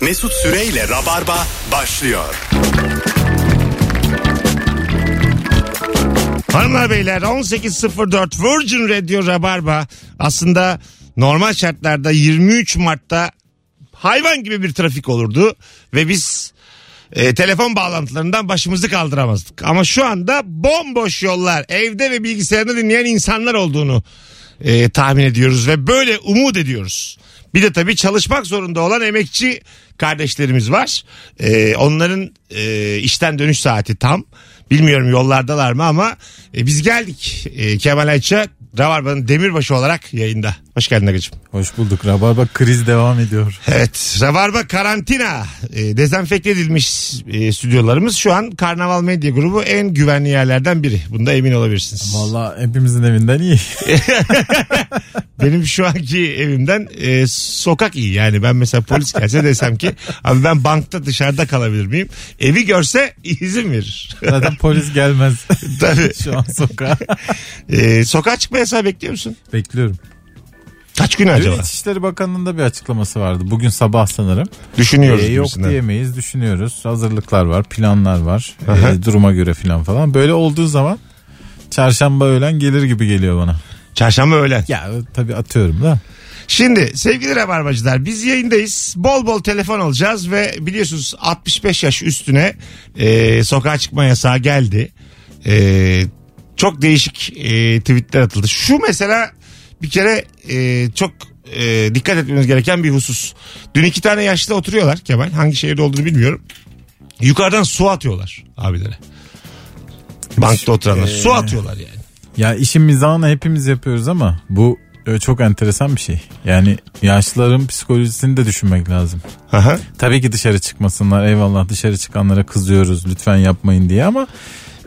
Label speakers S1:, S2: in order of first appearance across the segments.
S1: Mesut Süreyle Rabarba başlıyor.
S2: Hanımlar beyler 18.04 Virgin Radio Rabarba aslında normal şartlarda 23 Mart'ta hayvan gibi bir trafik olurdu ve biz e, telefon bağlantılarından başımızı kaldıramazdık. Ama şu anda bomboş yollar evde ve bilgisayarda dinleyen insanlar olduğunu e, tahmin ediyoruz ve böyle umut ediyoruz. Bir de tabii çalışmak zorunda olan emekçi kardeşlerimiz var. E, onların e, işten dönüş saati tam. Bilmiyorum yollardalar mı ama e, biz geldik. E, Kemal Ayça Rabarba'nın demirbaşı olarak yayında. Hoş geldin Agacığım.
S3: Hoş bulduk. Rabarba kriz devam ediyor.
S2: Evet Rabarba karantina e, dezenfekte edilmiş e, stüdyolarımız şu an Karnaval Medya Grubu en güvenli yerlerden biri. Bunda emin olabilirsiniz.
S3: Valla hepimizin evinden iyi.
S2: Benim şu anki evimden e, sokak iyi yani ben mesela polis gelse desem ki abi ben bankta dışarıda kalabilir miyim? Evi görse izin verir.
S3: Zaten polis gelmez
S2: Tabii.
S3: şu an sokağa.
S2: E, sokağa çıkma yasağı bekliyor musun?
S3: Bekliyorum.
S2: Kaç gün
S3: Dün
S2: acaba?
S3: İçişleri Bakanlığı'nda bir açıklaması vardı. Bugün sabah sanırım.
S2: Düşünüyoruz.
S3: Ee, yok
S2: gibisinden.
S3: diyemeyiz. Düşünüyoruz. Hazırlıklar var. Planlar var. Ee,
S2: Aha.
S3: duruma göre filan falan. Böyle olduğu zaman çarşamba öğlen gelir gibi geliyor bana.
S2: Çarşamba öğlen.
S3: Ya tabii atıyorum da.
S2: Şimdi sevgili Rabarbacılar biz yayındayız. Bol bol telefon alacağız ve biliyorsunuz 65 yaş üstüne e, sokağa çıkma yasağı geldi. E, çok değişik e, tweetler atıldı. Şu mesela bir kere e, çok e, dikkat etmemiz gereken bir husus. Dün iki tane yaşlı oturuyorlar Kemal. Hangi şehirde olduğunu bilmiyorum. Yukarıdan su atıyorlar abilere. Bankta oturanlar. Su atıyorlar yani.
S3: Ya işin mizahını hepimiz yapıyoruz ama bu e, çok enteresan bir şey. Yani yaşlıların psikolojisini de düşünmek lazım.
S2: Aha.
S3: Tabii ki dışarı çıkmasınlar eyvallah dışarı çıkanlara kızıyoruz lütfen yapmayın diye ama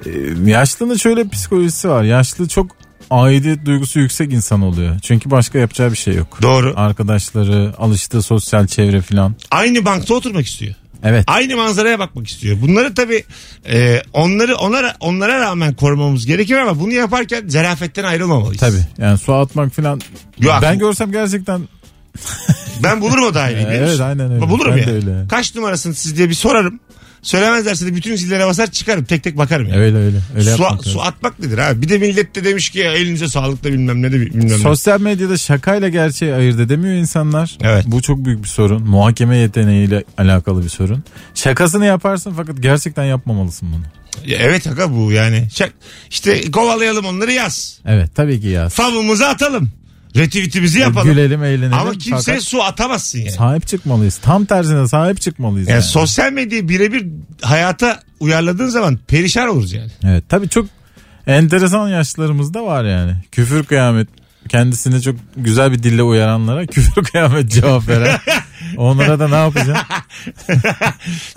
S3: e, yaşlının şöyle bir psikolojisi var. Yaşlı çok aidiyet duygusu yüksek insan oluyor. Çünkü başka yapacağı bir şey yok.
S2: Doğru.
S3: Arkadaşları, alıştığı sosyal çevre filan.
S2: Aynı bankta oturmak istiyor.
S3: Evet.
S2: aynı manzaraya bakmak istiyor. Bunları tabii e, onları onlara onlara rağmen korumamız gerekir ama bunu yaparken zarafetten ayrılmamalıyız.
S3: Tabii yani su atmak filan.
S2: Yok.
S3: Ben görsem gerçekten
S2: Ben bulurum o daireyi. biliyor
S3: Evet,
S2: musun?
S3: aynen öyle.
S2: Bulurum
S3: Ben
S2: ya.
S3: de öyle.
S2: Kaç numarasın siz diye bir sorarım. Söylemezlerse de bütün zillere basar çıkarım. Tek tek bakarım yani.
S3: öyle öyle. öyle
S2: su,
S3: yapmak
S2: su
S3: lazım.
S2: atmak nedir abi? Bir de millet de demiş ki ya, elinize sağlık da bilmem ne de bilmem ne.
S3: Sosyal medyada şakayla gerçeği ayırt edemiyor insanlar.
S2: Evet.
S3: Bu çok büyük bir sorun. Muhakeme yeteneğiyle alakalı bir sorun. Şakasını yaparsın fakat gerçekten yapmamalısın bunu.
S2: Ya Evet aga bu yani. Şak, işte kovalayalım onları yaz.
S3: Evet tabii ki ya.
S2: Favımızı atalım. Retweetimizi yapalım.
S3: E, Gülelim eğlenelim.
S2: Ama kimseye
S3: Fakat
S2: su atamazsın yani.
S3: sahip çıkmalıyız. Tam tersine sahip çıkmalıyız.
S2: Yani
S3: yani.
S2: sosyal medyayı birebir hayata uyarladığın zaman perişan oluruz yani.
S3: Evet tabii çok enteresan yaşlarımız da var yani. Küfür kıyamet kendisini çok güzel bir dille uyaranlara küfür kıyamet cevap veren. Onlara da ne yapacaksın?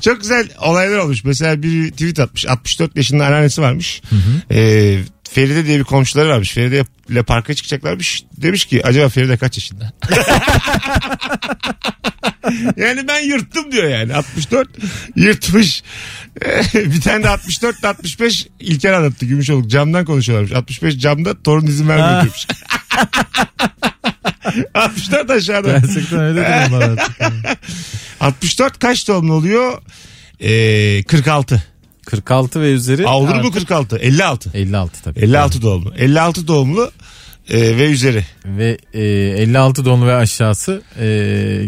S2: Çok güzel olaylar olmuş. Mesela bir tweet atmış. 64 yaşında anneannesi varmış. Ee, Feride diye bir komşuları varmış. Feride ile parka çıkacaklarmış. Demiş ki acaba Feride kaç yaşında? yani ben yırttım diyor yani. 64 yırtmış. bir tane de 64 ile 65 İlker anlattı. Gümüşoluk camdan konuşuyorlarmış. 65 camda torun izin vermiyor
S3: Ha.
S2: diyormuş. 64 aşağıda.
S3: Gerçekten öyle değil mi?
S2: 64 kaç doğumlu oluyor? Ee, 46.
S3: 46 ve üzeri.
S2: Aa, olur mu 46? 56.
S3: 56 tabii.
S2: 56 doğumlu. 56 doğumlu e, ve üzeri.
S3: Ve e, 56 donlu ve aşağısı e,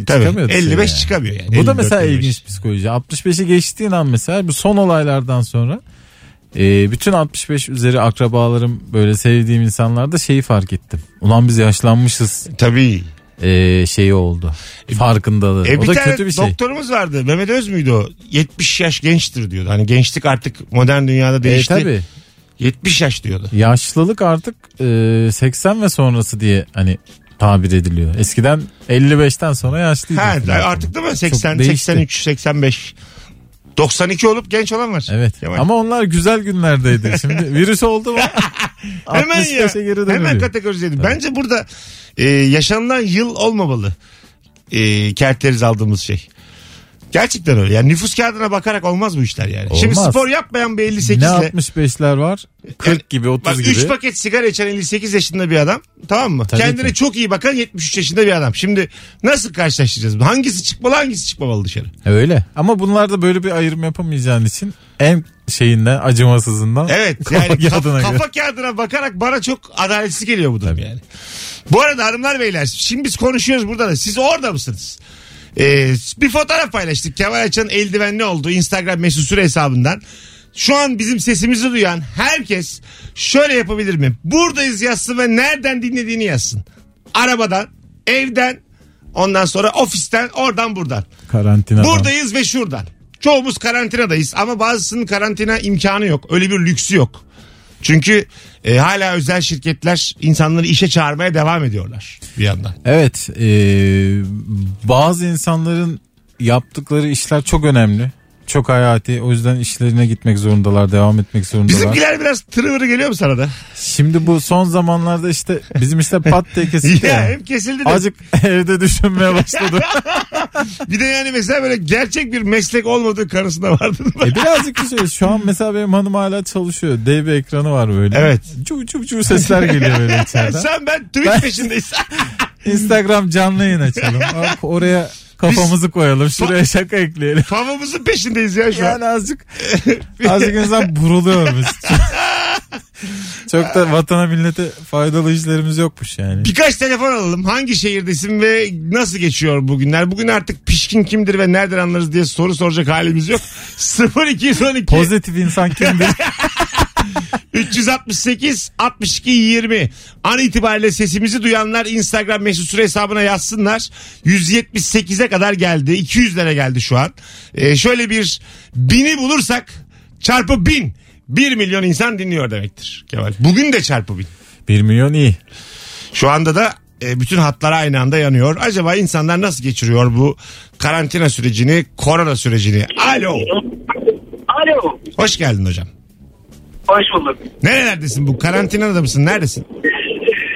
S2: Tabii.
S3: çıkamıyor. dışarı
S2: 55
S3: yani.
S2: çıkamıyor yani.
S3: Bu da
S2: 54,
S3: mesela
S2: 55.
S3: ilginç psikoloji. 65'i geçtiğin an mesela bu son olaylardan sonra e, bütün 65 üzeri akrabalarım böyle sevdiğim insanlarda şeyi fark ettim. Ulan biz yaşlanmışız
S2: Tabii.
S3: e, şeyi oldu. Farkındalığı.
S2: E, bir
S3: o da
S2: tane
S3: kötü bir şey.
S2: doktorumuz vardı. Mehmet Öz müydü o? 70 yaş gençtir diyordu. Hani gençlik artık modern dünyada
S3: E,
S2: değişti.
S3: tabii
S2: 70 yaş diyordu.
S3: yaşlılık artık e, 80 ve sonrası diye hani tabir ediliyor. Eskiden 55'ten sonra yaşlıydı.
S2: Ha,
S3: falan.
S2: artık değil mi? 80,
S3: değişti.
S2: 83, 85. 92 olup genç olan var.
S3: Evet
S2: Kemal.
S3: ama onlar güzel günlerdeydi. Şimdi virüs oldu mu
S2: Hemen ya.
S3: 65'e geri dönülüyor.
S2: Hemen kategorize edin. Bence burada e, yaşanılan yıl olmamalı. E, kerteriz aldığımız şey. Gerçekten öyle. Yani nüfus kağıdına bakarak olmaz bu işler yani.
S3: Olmaz.
S2: Şimdi spor yapmayan bir 58
S3: Ne
S2: ile
S3: 65'ler var? 40 gibi 30
S2: Bak
S3: gibi.
S2: 3 paket sigara içen 58 yaşında bir adam tamam mı?
S3: Tabii
S2: Kendine
S3: ki.
S2: çok iyi bakan 73 yaşında bir adam. Şimdi nasıl karşılaştıracağız? Hangisi çıkmalı hangisi çıkmamalı dışarı?
S3: Öyle. Ama bunlarda böyle bir ayrım yapamayacağın için en şeyinden acımasızından
S2: Evet
S3: kafa
S2: yani kaf-
S3: kağıdına göre.
S2: kafa kağıdına bakarak bana çok adaletsiz geliyor bu durum yani. Bu arada hanımlar beyler şimdi biz konuşuyoruz burada da siz orada mısınız? Ee, bir fotoğraf paylaştık Kemal Açan'ın eldivenli olduğu Instagram mesut süre hesabından. Şu an bizim sesimizi duyan herkes şöyle yapabilir mi? Buradayız yazsın ve nereden dinlediğini yazsın. Arabadan, evden, ondan sonra ofisten, oradan buradan.
S3: Karantinada.
S2: Buradayız ve şuradan. Çoğumuz karantinadayız ama bazısının karantina imkanı yok. Öyle bir lüksü yok. Çünkü e, hala özel şirketler insanları işe çağırmaya devam ediyorlar bir yandan.
S3: Evet. eee, bazı insanların yaptıkları işler çok önemli. Çok hayati. O yüzden işlerine gitmek zorundalar. Devam etmek zorundalar.
S2: Bizimkiler biraz tırıvırı geliyor mu sana da?
S3: Şimdi bu son zamanlarda işte bizim işte pat diye kesildi.
S2: ya
S3: ya.
S2: hem kesildi de.
S3: Azıcık evde düşünmeye başladım.
S2: Bir de yani mesela böyle gerçek bir meslek olmadığı kanısına vardın mı?
S3: E birazcık da şöyle şu an mesela benim hanım hala çalışıyor. Dev bir ekranı var böyle.
S2: Evet.
S3: Çuv çuv çuv sesler geliyor böyle içeriden.
S2: Sen ben Twitch
S3: Ben-
S2: peşindeyiz.
S3: Instagram canlı yayın açalım. Hop, Oraya kafamızı koyalım. Şuraya şaka ekleyelim.
S2: Favamızın peşindeyiz ya şu an.
S3: Yani azıcık azıcık insan buruluyormuş. Çok da vatana millete faydalı işlerimiz yokmuş yani.
S2: Birkaç telefon alalım. Hangi şehirdesin ve nasıl geçiyor bugünler? Bugün artık pişkin kimdir ve nereden anlarız diye soru soracak halimiz yok. 0212
S3: Pozitif insan kimdir?
S2: 368 62 20. An itibariyle sesimizi duyanlar Instagram mesut süre hesabına yazsınlar. 178'e kadar geldi. 200'lere geldi şu an. Ee, şöyle bir bini bulursak çarpı bin. 1 milyon insan dinliyor demektir Kemal. Bugün de çarpı bin.
S3: 1 milyon iyi.
S2: Şu anda da e, bütün hatlar aynı anda yanıyor. Acaba insanlar nasıl geçiriyor bu karantina sürecini, korona sürecini? Alo.
S4: Alo.
S2: Hoş geldin hocam.
S4: Hoş bulduk.
S2: Nerelerdesin bu? Karantinada mısın? Neredesin?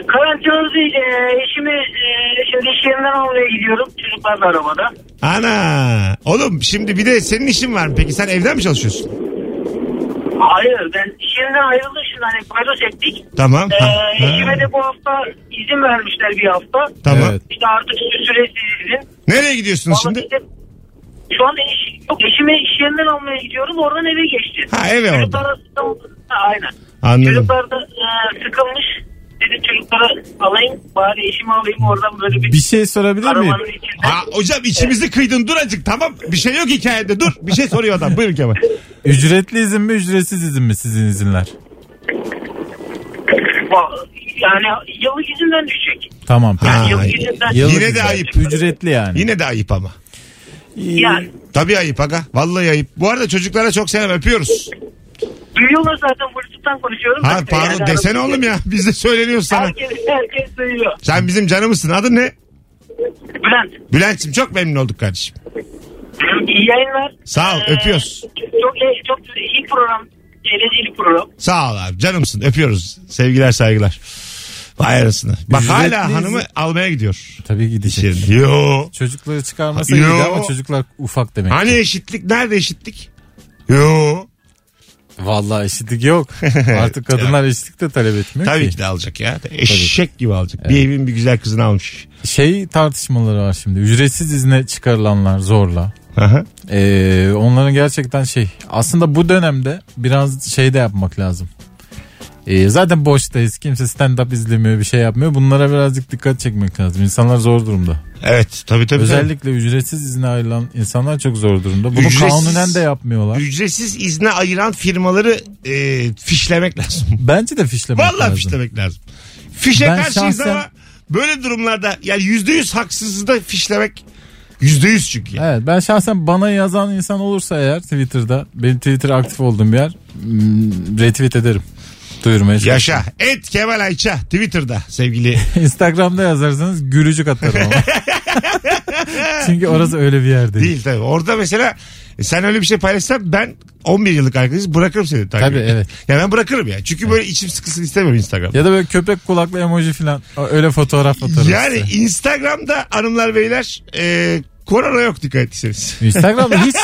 S4: Karantinada değil. E, eşimi e, şimdi iş yerinden almaya gidiyorum. Çocuklar da arabada.
S2: Ana. Oğlum şimdi bir de senin işin var mı? Peki sen evden mi çalışıyorsun?
S4: Hayır ben iş yerinden ayrıldım şimdi. Hani paydos ettik.
S2: Tamam.
S5: Ee,
S4: E,
S2: Ha, ha.
S4: eşime de bu hafta izin vermişler bir hafta.
S2: Tamam.
S3: Evet.
S4: İşte artık bir süresiz izin.
S2: Nereye gidiyorsunuz
S4: Vallahi
S2: şimdi?
S4: işte şu anda iş, yok, eşimi iş yerinden almaya gidiyorum. Oradan eve geçti.
S2: Ha, eve
S4: Çocuklar
S2: orada.
S4: arasında oldu. Ha, Aynen.
S2: Anladım.
S4: Çocuklar da e, sıkılmış. Dedi çocukları alayım. Bari eşimi alayım. Oradan böyle bir,
S3: Bir şey sorabilir miyim?
S4: arabanın içinde.
S2: Ha, hocam içimizi kıydın dur acık tamam. Bir şey yok hikayede dur. Bir şey soruyor adam. Buyurun Kemal.
S3: Ücretli izin mi ücretsiz izin mi sizin izinler?
S4: Va- Yani yıllık izinden düşecek.
S3: Tamam.
S2: Ha,
S4: Yıllık izinden.
S2: Yıllık
S3: Yıllık
S2: Yine de
S3: izin.
S2: ayıp.
S3: Ücretli yani.
S2: Yine de ayıp ama.
S4: Yani
S2: Tabii ayıp aga. Vallahi ayıp. Bu arada çocuklara çok selam öpüyoruz.
S4: duyuyorlar zaten Bluetooth'tan konuşuyorum.
S2: Ha
S4: Yani
S2: pardon
S4: arada-
S2: desene
S5: şey
S2: oğlum ya. Biz de söyleniyoruz sana.
S4: Herkes, herkes duyuyor.
S2: Sen bizim canımızsın. Adın ne?
S4: Bülent
S2: Bülent'ciğim çok memnun olduk kardeşim.
S4: iyi yayınlar. Ee,
S2: Sağ ol, öpüyoruz.
S4: Çok, iyi- çok iyi program. Eğlenceli program.
S2: Sağ ol abi canımsın. Öpüyoruz. Sevgiler saygılar. Vay arasını. Bak
S3: Ücretli
S2: hala
S3: izin.
S2: hanımı almaya gidiyor.
S3: Tabii gidecek.
S2: Şimdi. Yo.
S3: Çocukları çıkarmasa
S2: Yo.
S3: iyiydi ama çocuklar ufak demek.
S2: Hani eşitlik? Nerede eşitlik? Yo.
S3: Vallahi eşitlik yok. Artık kadınlar eşitlik de talep etmiyor
S2: Tabii
S3: ki.
S2: ki de alacak ya. Eşek gibi alacak. Bir evin bir güzel kızını almış.
S3: Şey tartışmaları var şimdi. Ücretsiz izne çıkarılanlar zorla.
S2: Aha.
S3: Ee, onların gerçekten şey. Aslında bu dönemde biraz şey de yapmak lazım. Ee, zaten boştayız. Kimse stand-up izlemiyor, bir şey yapmıyor. Bunlara birazcık dikkat çekmek lazım. İnsanlar zor durumda.
S2: Evet tabii tabii. Özellikle...
S3: Özellikle ücretsiz izne ayrılan insanlar çok zor durumda. Bunu
S2: Ücretsiz-
S3: kanunen de yapmıyorlar.
S2: Ücretsiz izne ayıran firmaları e, fişlemek lazım.
S3: Bence de fişlemek
S2: Vallahi
S3: lazım.
S2: fişlemek lazım. Fişe
S3: Ben
S2: karşıyız
S3: şahsen-
S2: ama böyle durumlarda yani yüzde yüz haksızlığı da fişlemek yüzde yüz çünkü.
S3: Evet ben şahsen bana yazan insan olursa eğer Twitter'da benim Twitter aktif olduğum bir yer mm, retweet ederim. Duyurmaya çalışıyorum.
S2: Yaşa. Et Kemal Ayça Twitter'da sevgili.
S3: Instagram'da yazarsanız gülücük atarım ama. Çünkü orası öyle bir yer değil.
S2: Değil tabii. Orada mesela e, sen öyle bir şey paylaşsan ben 11 yıllık arkadaşız bırakırım seni. takip
S3: Tabii,
S2: etmeyi.
S3: evet.
S2: Ya ben bırakırım ya. Çünkü böyle içim sıkılsın istemiyorum Instagram'da.
S3: Ya da böyle köpek kulaklı emoji falan öyle fotoğraf atarım
S2: Yani
S3: size.
S2: Instagram'da hanımlar beyler e, Korona yok dikkat etseniz.
S3: Instagram'da hiç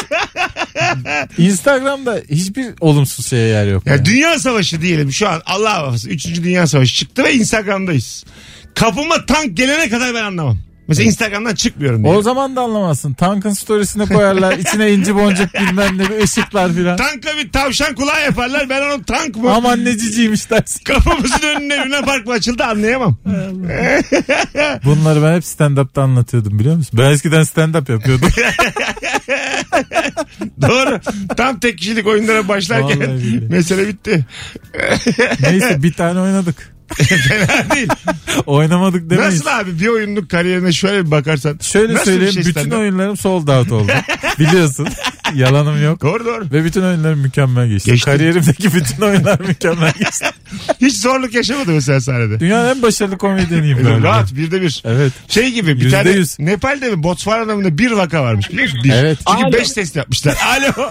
S3: Instagram'da hiçbir olumsuz şeye yer yok.
S2: Ya
S3: yani.
S2: Dünya Savaşı diyelim şu an Allah hafızası 3. Dünya Savaşı çıktı ve Instagram'dayız. Kapıma tank gelene kadar ben anlamam. Mesela Instagram'dan çıkmıyorum diye.
S3: O zaman da anlamazsın. Tankın storiesine koyarlar. içine inci boncuk bilmem ne ışıklar filan.
S2: Tanka bir tavşan kulağı yaparlar. Ben onu tank mı?
S3: Aman ne ciciymiş dersin.
S2: Kafamızın önüne Luna Park mı açıldı anlayamam.
S3: Bunları ben hep stand-up'ta anlatıyordum biliyor musun? Ben eskiden stand-up yapıyordum.
S2: Doğru. Tam tek kişilik oyunlara başlarken
S3: Vallahi billahi.
S2: mesele bitti.
S3: Neyse bir tane oynadık.
S2: Fena değil.
S3: Oynamadık demeyiz.
S2: Nasıl abi bir oyunluk kariyerine şöyle bir bakarsan.
S3: Şöyle
S2: nasıl bir
S3: söyleyeyim
S2: şey
S3: bütün
S2: standart?
S3: oyunlarım sold out oldu. Biliyorsun. Yalanım yok.
S2: Doğru doğru.
S3: Ve bütün oyunlarım mükemmel geçti.
S2: Geçti.
S3: Kariyerimdeki bütün oyunlar mükemmel geçti.
S2: Hiç zorluk yaşamadı mesela sahnede.
S3: Dünyanın en başarılı komedyeniyim ben.
S2: Rahat birde bir.
S3: Evet.
S2: Şey gibi bir
S3: Yüzde
S2: tane
S3: yüz.
S2: Nepal'de mi Botswana'da mı ne bir vaka varmış biliyor musun? Bir.
S3: Evet.
S2: Çünkü
S4: Alo.
S2: 5 test yapmışlar. Alo.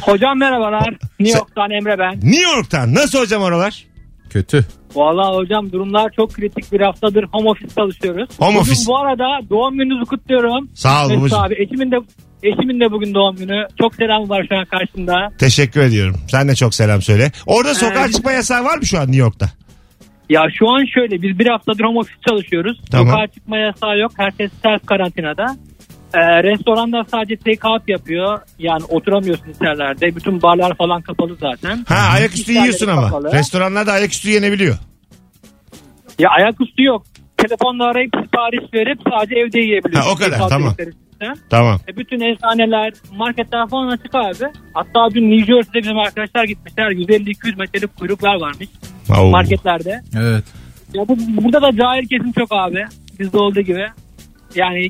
S4: Hocam merhabalar. New York'tan Emre ben.
S2: New York'tan nasıl hocam oralar?
S3: Kötü.
S4: Valla hocam durumlar çok kritik bir haftadır home office çalışıyoruz.
S2: Home
S4: Bugün
S2: office.
S4: Bu arada doğum gününüzü kutluyorum.
S2: Sağ ol
S4: Mesut
S2: babacığım.
S4: abi eşimin de eşimin de bugün doğum günü. Çok selam var şu an karşımda.
S2: Teşekkür ediyorum. Sen de çok selam söyle. Orada sokağa
S4: Ee,
S2: çıkma yasağı var mı şu an New York'ta?
S4: Ya şu an şöyle biz bir haftadır home office çalışıyoruz.
S2: Tamam.
S4: Sokağa çıkma yasağı yok. Herkes self karantinada. Ee, restoranda sadece take out yapıyor. Yani oturamıyorsun içerilerde. Bütün barlar falan kapalı zaten.
S2: Ha ayaküstü
S4: İşler
S2: yiyorsun ama.
S4: kapalı.
S2: Restoranlarda ayaküstü yenebiliyor.
S4: Ya ayaküstü yok. Telefonla arayıp sipariş verip sadece evde yiyebiliyorsun.
S2: Ha, o kadar,
S4: Take out
S2: tamam.
S4: içerisinde.
S2: Tamam.
S4: E, Bütün eczaneler, marketler falan açık abi. Hatta dün New Jersey'de bizim arkadaşlar gitmişler. 150-200 metrelik kuyruklar varmış
S2: Oo.
S4: marketlerde.
S3: Evet.
S4: Ya bu, burada da cahil kesim çok abi. Bizde olduğu gibi. Yani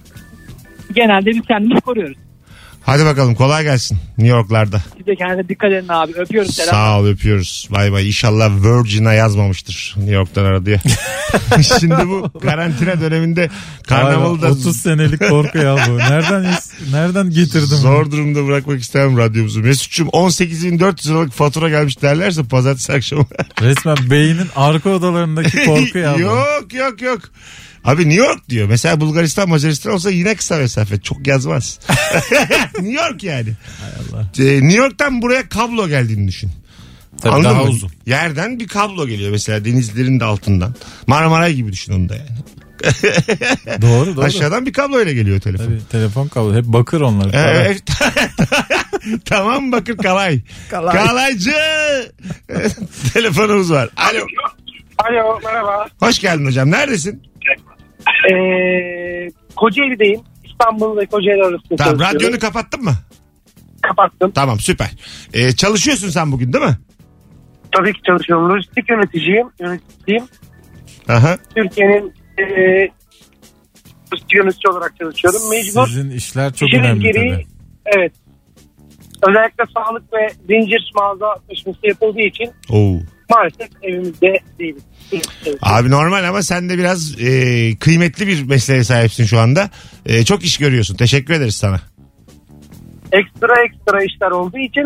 S4: genelde biz kendimiz koruyoruz.
S2: Hadi bakalım kolay gelsin New York'larda.
S4: Siz de kendinize dikkat edin abi. Öpüyorum selam.
S2: Sağ ol öpüyoruz. Bay bay. İnşallah Virgin'a yazmamıştır New York'tan aradıya. Şimdi bu karantina döneminde karnavalı da
S3: 30 senelik korku ya bu. Nereden nereden getirdim?
S2: zor durumda bırakmak istemem radyomuzu. Mesut'cum 18.400 liralık fatura gelmiş derlerse pazartesi akşamı.
S3: Resmen beynin arka odalarındaki korku ya bu.
S2: yok yok yok. Abi New York diyor. Mesela Bulgaristan Macaristan olsa yine kısa mesafe. Çok yazmaz. New York yani. Ee, New York'tan buraya kablo geldiğini düşün.
S3: Tabii
S2: Anladın
S3: daha
S2: mı?
S3: uzun.
S2: Yerden bir kablo geliyor mesela denizlerin de altından. Marmaray gibi düşün onu da yani.
S3: Doğru doğru.
S2: Aşağıdan bir kablo ile geliyor telefon.
S3: Tabii, telefon kablo. Hep bakır onlar.
S2: Ee,
S3: Para.
S2: evet. tamam bakır kalay.
S3: Kalay.
S2: Kalaycı. Telefonumuz var. Alo.
S6: Alo merhaba.
S2: Hoş geldin hocam. Neredesin?
S6: Ee, Kocaeli'deyim. İstanbul ve Kocaeli arasında
S2: Tamam
S6: çalışıyorum.
S2: radyonu kapattın mı?
S6: kapattım.
S2: Tamam süper. Ee, çalışıyorsun sen bugün değil mi?
S6: Tabii ki çalışıyorum. Lojistik yöneticiyim. Yöneticiyim.
S2: Aha.
S6: Türkiye'nin e, lojistik yöneticisi olarak çalışıyorum.
S2: e,
S6: Mecbur.
S3: Sizin işler çok
S6: işimiz
S3: önemli
S6: gereği.
S3: tabii.
S6: Evet. Özellikle sağlık ve zincir mağaza taşıması yapıldığı için
S2: Oo.
S6: maalesef evimizde değiliz. Evet.
S2: Abi normal ama sen de biraz e, kıymetli bir mesleğe sahipsin şu anda. E, çok iş görüyorsun. Teşekkür ederiz sana.
S6: Ekstra ekstra işler olduğu için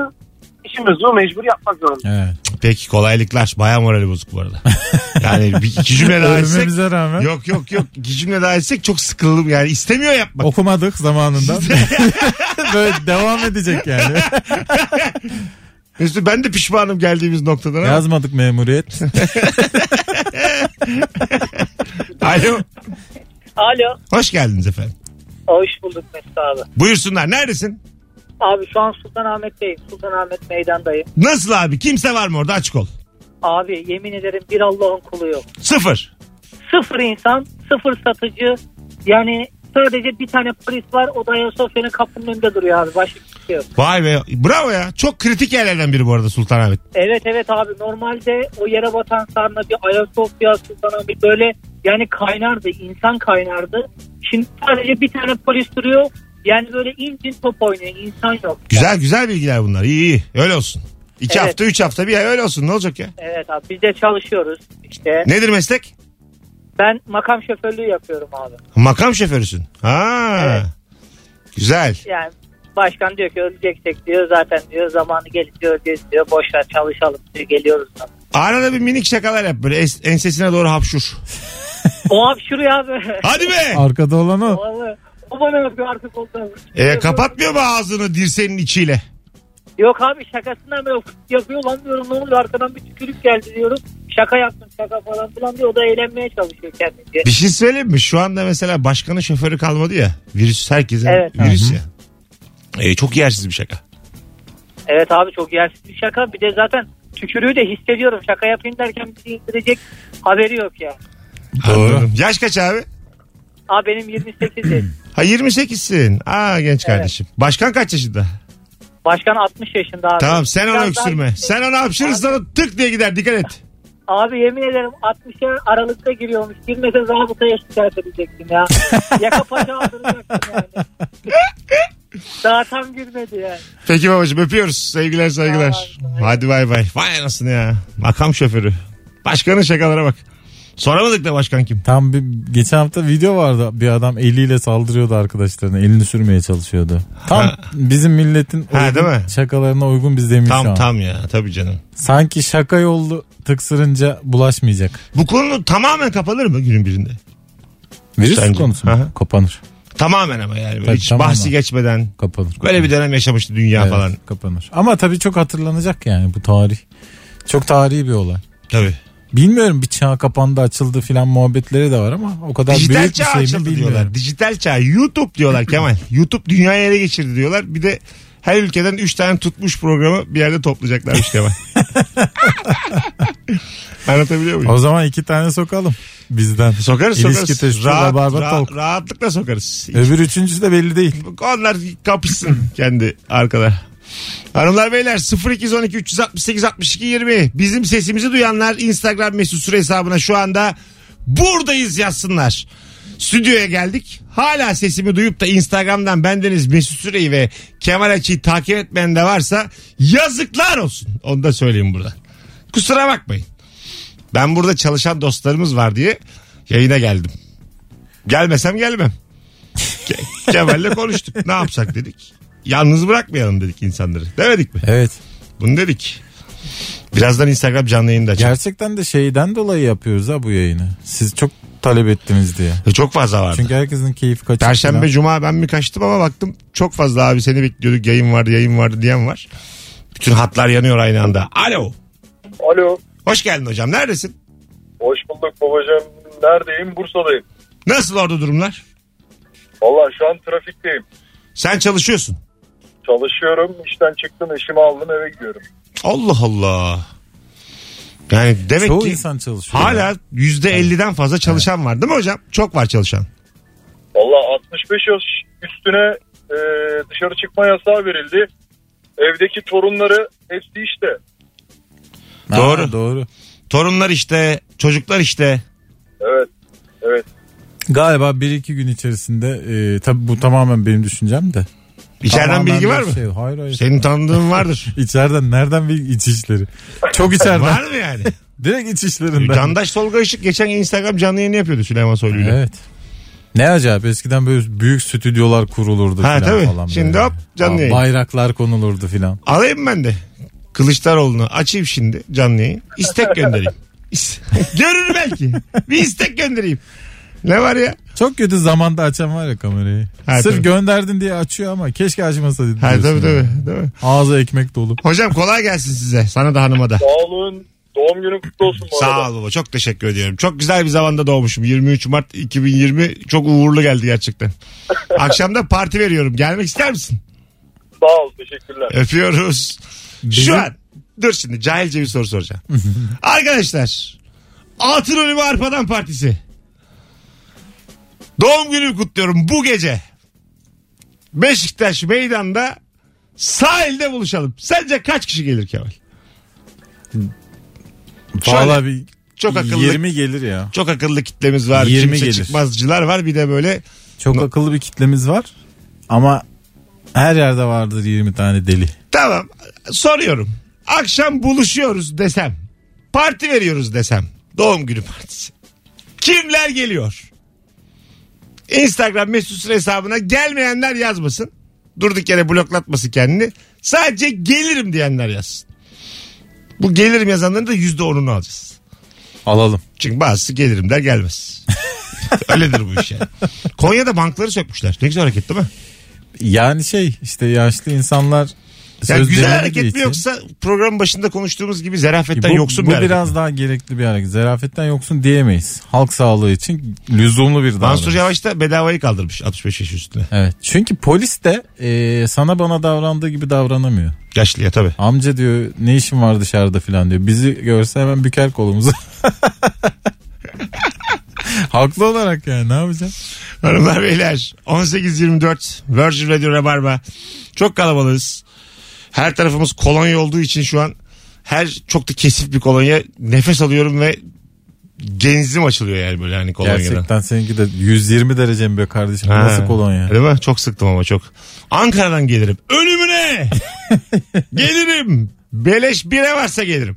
S6: işimiz bu mecbur yapmak zorundayız.
S3: Evet.
S2: Peki kolaylıklar. Baya morali bozuk bu arada. Yani bir iki cümle daha etsek.
S3: Ölmemize rağmen
S2: Yok yok yok. İki cümle daha etsek çok sıkıldım yani. istemiyor yapmak.
S3: okumadık zamanında. Böyle devam edecek yani.
S2: Mesut ben de pişmanım geldiğimiz noktadan. ama.
S3: Yazmadık memuriyet.
S2: Alo.
S4: Alo.
S2: Hoş geldiniz efendim.
S4: Hoş bulduk Mesut abi.
S2: Buyursunlar. Neredesin?
S4: Abi şu an Sultanahmet'teyim. Sultanahmet meydandayım.
S2: Nasıl abi? Kimse var mı orada? Açık ol.
S4: Abi yemin ederim bir Allah'ın kulu yok.
S2: Sıfır.
S4: Sıfır insan, sıfır satıcı. Yani sadece bir tane polis var. O da Ayasofya'nın kapının önünde duruyor abi. Başka bir şey yok.
S2: Vay be. Bravo ya. Çok kritik yerlerden biri bu arada Sultanahmet.
S4: Evet evet abi normalde o yere batan sarna bir Ayasofya Sultanahmet böyle yani kaynardı insan kaynardı. Şimdi sadece bir tane polis duruyor yani böyle incin top oynuyor insan yok.
S2: Güzel güzel bilgiler bunlar. İyi iyi. Öyle olsun. İki
S4: Evet.
S2: hafta, üç hafta bir ay öyle olsun. Ne olacak ya?
S4: Evet abi biz de çalışıyoruz işte
S2: Nedir meslek?
S4: ben makam şoförlüğü yapıyorum abi.
S2: Makam şoförüsün. Ha.
S4: Evet.
S2: Güzel.
S4: Yani başkan diyor ki öleceksek diyor zaten diyor zamanı gelip diyor öleceğiz diyor boşver çalışalım diyor geliyoruz. da.
S2: Arada bir minik şakalar yap böyle es- ensesine doğru hapşur.
S4: o hapşuruyor abi.
S2: Hadi be.
S3: Arkada olan o.
S4: Vallahi
S7: O bana yapıyor artık ondan.
S2: E, kapatmıyor mu ağzını dirseğinin içiyle?
S7: Yok abi şakasından böyle fıt yapıyor lan diyorum ne oluyor arkadan bir tükürük geldi diyorum. Şaka yaptım şaka falan filan diyor. O da eğlenmeye çalışıyor kendince.
S2: Bir şey söyleyeyim mi? Şu anda mesela başkanın şoförü kalmadı ya. Virüs herkesin
S7: Evet.
S2: virüs ya. E, çok yersiz bir şaka.
S7: Evet abi çok yersiz bir şaka. Bir de zaten tükürüğü de hissediyorum. Şaka yapayım derken bizi indirecek haberi yok ya.
S2: Anladım. Yaş kaç abi?
S7: Abi benim 28 yaş.
S2: Ha 28'sin. Aa genç kardeşim. Başkan kaç yaşında?
S7: Başkan 60 yaşında abi.
S2: Tamam sen ona
S7: Biraz
S2: öksürme.
S7: daha-
S2: Sen ona hapşırırsan o tık diye gider dikkat et.
S7: Abi yemin ederim 60'a Aralık'ta giriyormuş. Girmese zabıtaya şikayet edecektim ya. Yaka paça aldıracaktım yani. Daha tam girmedi yani.
S2: Peki babacığım öpüyoruz. Sevgiler saygılar.
S7: Bay bay.
S2: Hadi bay bay. Vay anasını ya. Makam şoförü. Başkanın şakalara bak. Soramadık da başkan kim?
S3: Tam bir geçen hafta video vardı. Bir adam eliyle saldırıyordu arkadaşlarına. Elini sürmeye çalışıyordu. Tam
S2: Ha.
S3: bizim milletin
S2: Ha,
S3: uygun
S2: değil mi?
S3: şakalarına uygun biz demiş şu
S2: Tam
S3: an.
S2: tam ya tabii canım.
S3: Sanki şaka yollu tıksırınca bulaşmayacak.
S2: Bu konu tamamen kapanır mı günün birinde?
S3: Virüs
S2: Sence?
S3: konusu mu?
S2: Aha.
S3: Kapanır.
S2: Tamamen ama yani.
S3: Tabii,
S2: Hiç
S3: tamamen.
S2: bahsi geçmeden.
S3: Kapanır.
S2: Böyle bir dönem yaşamıştı dünya
S3: Evet,
S2: falan.
S3: Kapanır. Ama tabii çok hatırlanacak yani bu tarih. Çok tarihi bir olay.
S2: Tabii.
S3: Bilmiyorum bir çağ kapandı açıldı filan muhabbetleri de var ama o kadar
S2: Dijital
S3: büyük bir
S2: çağ
S3: şey mi
S2: açıldı
S3: bilmiyorum.
S2: diyorlar. Dijital çağ. YouTube diyorlar Kemal. YouTube dünyayı ele geçirdi diyorlar. Bir de her ülkeden 3 tane tutmuş programı bir yerde toplayacaklarmış Kemal. Anlatabiliyor muyum?
S3: O zaman iki tane sokalım bizden.
S2: Sokarız
S3: İlişki
S2: sokarız.
S3: testi,
S2: Rahat-
S3: rabarba
S2: ra-
S3: talk.
S2: rahatlıkla sokarız.
S3: Öbür üçüncüsü de belli değil.
S2: Onlar kapışsın kendi arkada. Hanımlar beyler 0212 368 62 20 bizim sesimizi duyanlar Instagram mesut süre hesabına şu anda buradayız yazsınlar. Stüdyoya geldik. Hala sesimi duyup da Instagram'dan bendeniz Mesut Süreyi ve Kemal Açı'yı takip etmeyen de varsa yazıklar olsun. Onu da söyleyeyim burada. Kusura bakmayın. Ben burada çalışan dostlarımız var diye yayına geldim. Gelmesem gelmem. Ke- Kemal'le konuştuk. Ne yapsak dedik. Yalnız bırakmayalım dedik insanları. Demedik mi?
S3: Evet.
S2: Bunu dedik. Birazdan Instagram canlı yayını da açalım.
S3: Gerçekten de şeyden dolayı yapıyoruz ha bu yayını. Siz çok talep ettiniz diye.
S2: Çok fazla vardı.
S3: Çünkü herkesin keyfi kaçıyor.
S2: Perşembe, cuma ben mi kaçtım ama baktım çok fazla abi seni bekliyorduk. Yayın vardı, yayın vardı diyen var. Bütün hatlar yanıyor aynı anda. Alo.
S6: Alo.
S2: Hoş geldin hocam. Neredesin?
S6: Hoş bulduk babacığım. Neredeyim? Bursa'dayım.
S2: Nasıl orada durumlar?
S6: Valla şu an trafikteyim.
S2: Sen çalışıyorsun.
S6: Çalışıyorum. İşten çıktım. Eşimi aldım eve gidiyorum.
S2: Allah Allah. Yani demek
S3: Çoğu
S2: ki
S3: insan çalışıyor.
S2: hala %50'den fazla çalışan var değil mi hocam? Çok var çalışan.
S6: Valla 65 yaş üstüne e, dışarı çıkma yasağı verildi. Evdeki torunları hepsi işte.
S3: Ha,
S2: Doğru.
S3: Doğru.
S2: Torunlar işte, çocuklar işte.
S6: Evet. Evet.
S3: Galiba bir iki gün içerisinde e, tabi bu tamamen benim düşüncem de.
S2: İçeriden
S3: Tamamen
S2: bilgi
S3: bir
S2: var mı?
S3: şey- hayır hayır.
S2: Senin tanıdığın vardır.
S3: İçeriden nereden bir iç işleri? Çok içeriden.
S2: var mı yani?
S3: Direkt iç işlerinden.
S2: Candaş Tolga Işık geçen Instagram canlı yayını yapıyordu Süleyman Soylu'yla.
S3: Evet. Ne acayip eskiden böyle büyük stüdyolar kurulurdu
S2: Ha,
S3: falan
S2: tabii.
S3: falan.
S2: Şimdi
S3: böyle.
S2: hop, canlı
S3: Aa,
S2: yayın.
S3: Bayraklar konulurdu filan.
S2: Alayım ben de. Kılıçdaroğlu'nu açayım şimdi canlı yayın. İstek göndereyim. İs- Görür belki. Bir istek göndereyim. Ne var ya?
S3: Çok kötü zamanda açan var ya kamerayı.
S2: Ha,
S3: Sırf
S2: tabii.
S3: gönderdin diye açıyor ama keşke açmasaydı.
S2: Ha,
S3: diyorsun
S2: tabii,
S3: yani.
S2: tabii, tabii.
S3: Ağzı ekmek dolu.
S2: Hocam kolay gelsin size. Sana da hanıma da.
S6: Sağ olun. Doğum günün kutlu olsun bu
S2: Sağ
S6: arada.
S2: ol baba. Çok teşekkür ediyorum. Çok güzel bir zamanda doğmuşum. 23 Mart 2020 çok uğurlu geldi gerçekten. Akşamda parti veriyorum. Gelmek ister misin?
S6: Sağ ol. Teşekkürler.
S2: Öpüyoruz.
S3: Bizim-
S2: Şu an dur şimdi cahilce bir soru soracağım. Arkadaşlar Altın Ölümü Arpadan Partisi. Doğum günümü kutluyorum bu gece. Beşiktaş meydanda sahilde buluşalım. Sence kaç kişi gelir Kemal?
S3: Valla bir
S2: Çok akıllı
S3: 20 gelir ya.
S2: çok akıllı kitlemiz var.
S3: 20
S2: Kimse
S3: gelir.
S2: çıkmazcılar var. Bir de böyle
S3: Çok akıllı bir kitlemiz var. Ama her yerde vardır 20 tane deli.
S2: tamam soruyorum. Akşam buluşuyoruz desem. Parti veriyoruz desem. Doğum günü partisi. Kimler geliyor? Instagram mesut Süre hesabına gelmeyenler yazmasın. Durduk yere bloklatmasın kendini. Sadece gelirim diyenler yazsın. Bu gelirim yazanların da yüzde onunu alacağız.
S3: Alalım.
S2: Çünkü bazısı gelirim der gelmez. Öyledir bu iş yani. Konya'da bankları sökmüşler. Ne güzel hareket değil mi?
S3: Yani şey işte yaşlı insanlar
S2: Yani
S3: söz
S2: güzel
S3: dinlemediği
S2: hareket mi
S3: için- E
S2: yoksa programın başında konuştuğumuz gibi zarafetten
S3: bu,
S2: yoksun
S3: bu
S2: bir hareket.
S3: biraz daha gerekli bir hareket. Zarafetten yoksun diyemeyiz. Halk sağlığı için lüzumlu bir davranış.
S2: Mansur Yavaş da bedavayı kaldırmış 65 yaş üstüne.
S3: Evet. Çünkü polis de e, sana bana davrandığı gibi davranamıyor.
S2: Yaşlıya tabii.
S3: Amca diyor ne işin var dışarıda filan diyor. Bizi görse hemen büker kolumuzu. Haklı olarak yani ne yapacaksın?
S2: Hanımlar beyler 18.24 Virgin Radio Rabarba. Çok kalabalığız. Her tarafımız kolonya olduğu için şu an her çok da kesif bir kolonya nefes alıyorum ve genzim açılıyor yani böyle hani kolonyadan.
S3: Gerçekten seninki de 120 derece mi be kardeşim? Bu
S2: Ha.
S3: Nasıl kolonya?
S2: Değil mi? Çok sıktım ama çok. Ankara'dan gelirim. Ölümüne! gelirim. Beleş bire varsa gelirim.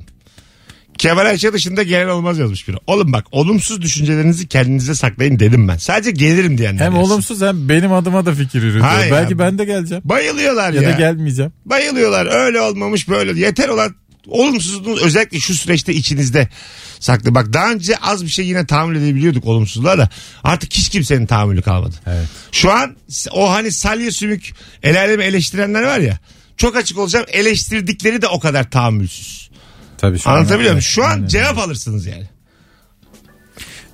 S2: Kemal Ayça dışında gelen olmaz yazmış biri. Oğlum bak olumsuz düşüncelerinizi kendinize saklayın dedim ben. Sadce gelirim diyenler.
S3: Hem
S2: yazsın.
S3: olumsuz hem benim adıma da fikir yürütüyor.
S2: Hayır
S3: Belki
S2: abi.
S3: ben de geleceğim.
S2: Bayılıyorlar ya.
S3: Ya, da gelmeyeceğim.
S2: Bayılıyorlar. Öyle olmamış böyle. Yeter olan olumsuzluğunuz özellikle şu süreçte içinizde saklı. Bak daha önce az bir şey yine tahammül edebiliyorduk olumsuzluğa da artık hiç kimsenin tahammülü kalmadı.
S3: Evet.
S2: Şu an o hani salya sümük el alemi eleştirenler var ya çok açık olacağım eleştirdikleri de o kadar tahammülsüz.
S3: Tabii şu an-
S2: Anlatabiliyor muyum?
S3: Evet,
S2: Şu an
S3: aynen.
S2: cevap alırsınız yani.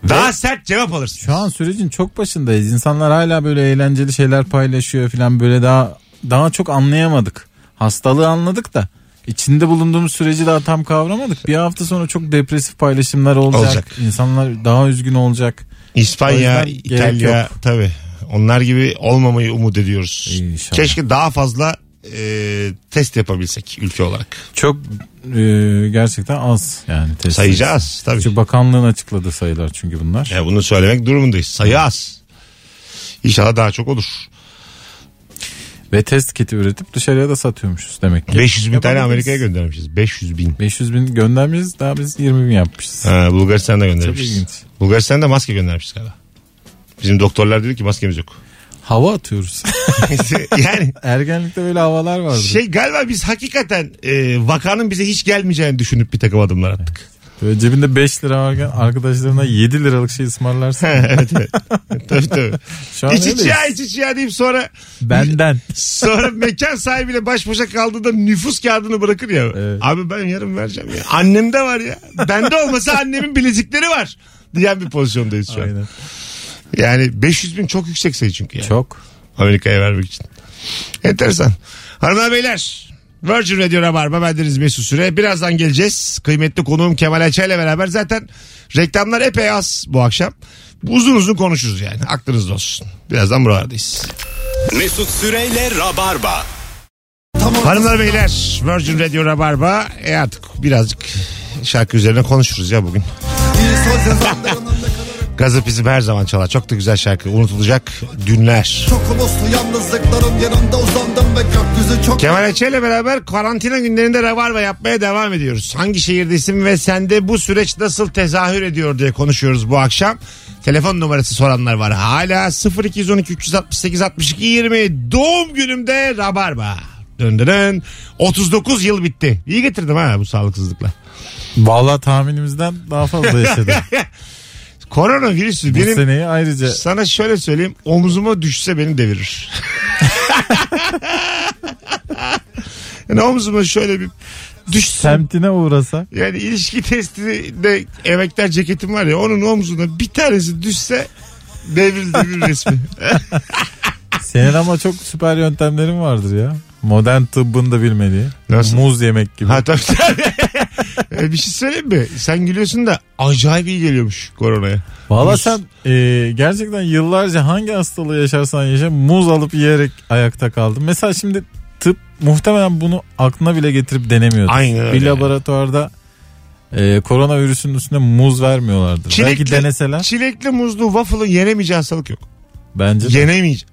S2: Daha sert cevap alırsınız.
S3: Şu an sürecin çok başındayız. İnsanlar hala böyle eğlenceli şeyler paylaşıyor falan böyle daha daha çok anlayamadık. Hastalığı anladık da içinde bulunduğumuz süreci daha tam kavramadık. Bir hafta sonra çok depresif paylaşımlar olacak.
S2: Olacak.
S3: İnsanlar daha üzgün olacak.
S2: İspanya,
S3: O yüzden gerek
S2: İtalya
S3: yok.
S2: tabii. Onlar gibi olmamayı umut ediyoruz.
S3: İnşallah.
S2: Keşke daha fazla e, test yapabilsek ülke olarak.
S3: Çok e, gerçekten az yani test
S2: Sayacağız tabii.
S3: Çünkü bakanlığın açıkladığı sayılar çünkü bunlar.
S2: Ya bunu söylemek durumundayız. Sayı az. İnşallah daha çok olur.
S3: Ve test kiti üretip dışarıya da satıyormuşuz demek ki.
S2: 500 bin tane
S3: Yapabiliriz.
S2: Amerika'ya göndermişiz. 500 bin.
S3: 500 bin göndermişiz daha biz 20 bin yapmışız.
S2: Ha, Bulgaristan'da
S3: Çok
S2: göndermişiz.
S3: ilginç.
S2: Bulgaristan'da maske göndermişiz galiba. Bizim doktorlar dedi ki maskemiz yok.
S3: Hava atıyoruz.
S2: yani
S3: Ergenlikte böyle havalar vardı.
S2: şey galiba biz hakikaten e, vakanın bize hiç gelmeyeceğini düşünüp bir takım adımlar attık.
S3: Böyle cebinde 5 lira varken arkadaşlarına 7 liralık şey ısmarlarsın.
S2: evet evet. tabii tabii.
S3: Şu an
S2: İç iç
S3: öyleyiz.
S2: ya iç iç ya deyip sonra
S3: Benden.
S2: sonra mekan sahibiyle baş başa kaldığında nüfus kağıdını bırakır ya.
S3: Evet.
S2: Abi ben yarın vereceğim ya. Annemde var ya. Bende olmasa annemin bilezikleri var. Diyen bir pozisyondayız şu an.
S3: Aynen.
S2: Yani 500 bin çok yüksek sayı çünkü. Yani.
S3: Çok.
S2: Amerika'ya vermek için. Enteresan. Hanımlar beyler. Virgin Radio Rabarba bendeniz Mesut Süre. Birazdan geleceğiz. Kıymetli konuğum Kemal Ayça ile beraber zaten reklamlar epey az bu akşam. Uzun uzun konuşuruz yani. Aklınızda olsun. Birazdan buralardayız.
S1: Mesut Süreyle Rabarba.
S2: Hanımlar beyler Virgin Radio Rabarba. E artık birazcık şarkı üzerine konuşuruz ya bugün. Gazı bizim her zaman çalar. Çok da güzel şarkı. Unutulacak dünler.
S8: Çok uslu yalnızlıkların yanında uzandım ve gökyüzü çok
S2: Kemal Ayça ile beraber karantina günlerinde rabarba yapmaya devam ediyoruz. Hangi şehirdesin ve sende bu süreç nasıl tezahür ediyor diye konuşuyoruz bu akşam. Telefon numarası soranlar var. Hala 0212 368 62 20 doğum günümde rabarba. Dön dön dön. 39 yıl bitti. İyi getirdim ha bu sağlıksızlıkla.
S3: Valla tahminimizden daha fazla yaşadım.
S2: Koronavirüsü
S3: Bu
S2: benim
S3: seneyi ayrıca
S2: sana şöyle söyleyeyim omzuma düşse beni devirir. yani omzuma şöyle bir düşsem
S3: semtine uğrasa.
S2: Yani ilişki testinde emekler ceketim var ya onun omzuna bir tanesi düşse devrilir devrilir resmi.
S3: Senin ama çok süper yöntemlerin vardır ya. Modern tıbbın da bilmediği.
S2: Nasıl?
S3: Muz yemek gibi.
S2: ha tabii tabii. E, bir şey söyleyeyim mi? Sen gülüyorsun da acayip iyi geliyormuş koronaya.
S3: Valla
S2: muz.
S3: sen e, gerçekten yıllarca hangi hastalığı yaşarsan yaşa muz alıp yiyerek ayakta kaldın. Mesela şimdi tıp muhtemelen bunu aklına bile getirip denemiyordu.
S2: Aynen öyle.
S3: Bir laboratuvarda e, koronavirüsün üstüne muz vermiyorlardır.
S2: Çilekli-
S3: Belki deneseler
S2: Çilekli muzlu waffle'ın yenemeyeceği hastalık yok.
S3: bence. de.
S2: Yenemeyeceği.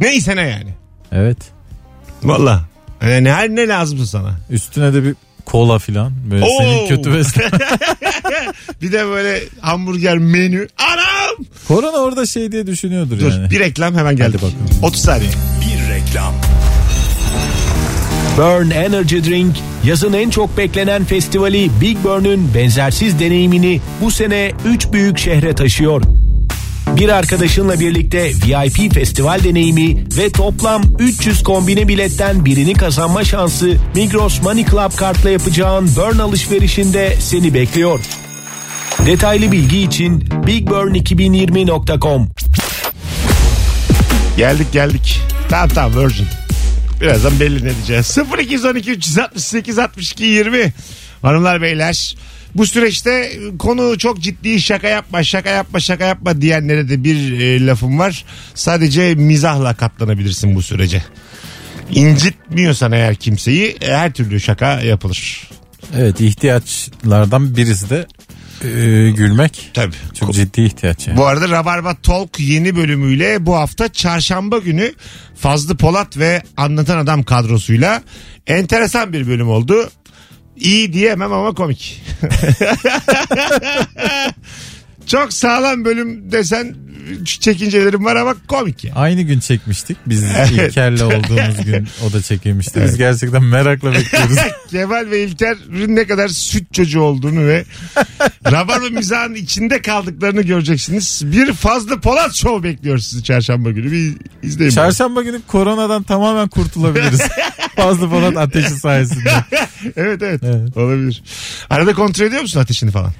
S2: Neyse ne yani.
S3: evet.
S2: Valla. Yani her ne lazımsa sana.
S3: Üstüne de bir kola filan. Böyle
S2: Oo.
S3: senin kötü beslen.
S2: Bir de böyle hamburger menü. Anam!
S3: Korona orada şey diye düşünüyordur
S2: Dur
S3: yani.
S2: bir reklam hemen geldi.
S3: Hadi bakalım.
S2: 30 saniye.
S1: Bir reklam.
S9: Burn Energy Drink yazın en çok beklenen festivali Big Burn'ün benzersiz deneyimini bu sene 3 büyük şehre taşıyor. bir arkadaşınla birlikte VIP festival deneyimi ve toplam 300 kombine biletten birini kazanma şansı Migros Money Club kartla yapacağın Burn alışverişinde seni bekliyor. Detaylı bilgi için bigburn2020.com
S2: Geldik geldik. Tamam tamam Virgin. Birazdan belli ne diyeceğiz. 0212 368 62 20. Hanımlar beyler. Bu süreçte konu çok ciddi şaka yapma şaka yapma şaka yapma diyenlere de bir e, lafım var. Sadece mizahla katlanabilirsin bu sürece. İncitmiyorsan eğer kimseyi e, her türlü şaka yapılır.
S3: Evet ihtiyaçlardan birisi de e, gülmek.
S2: Tabii.
S3: Çok ciddi ihtiyaç yani.
S2: Bu arada Rabarba Talk yeni bölümüyle bu hafta çarşamba günü Fazlı Polat ve Anlatan Adam kadrosuyla enteresan bir bölüm oldu. İyi diyemem ama komik. Çok sağlam bölüm desen çekincelerim var ama komik ya.
S3: Aynı gün çekmiştik. Biz İlker'le olduğumuz gün o da çekilmişti. Biz gerçekten merakla bekliyoruz.
S2: Kemal ve İlker'in ne kadar süt çocuğu olduğunu ve Rabarba mizahının içinde kaldıklarını göreceksiniz. Bir Fazlı Polat Show bekliyor sizi çarşamba günü. Bir izleyin. bakalım.
S3: Çarşamba günü koronadan tamamen kurtulabiliriz. Fazla falan ateşi sayesinde.
S2: evet, evet
S3: Evet.
S2: Olabilir. Arada kontrol ediyor musun ateşini falan?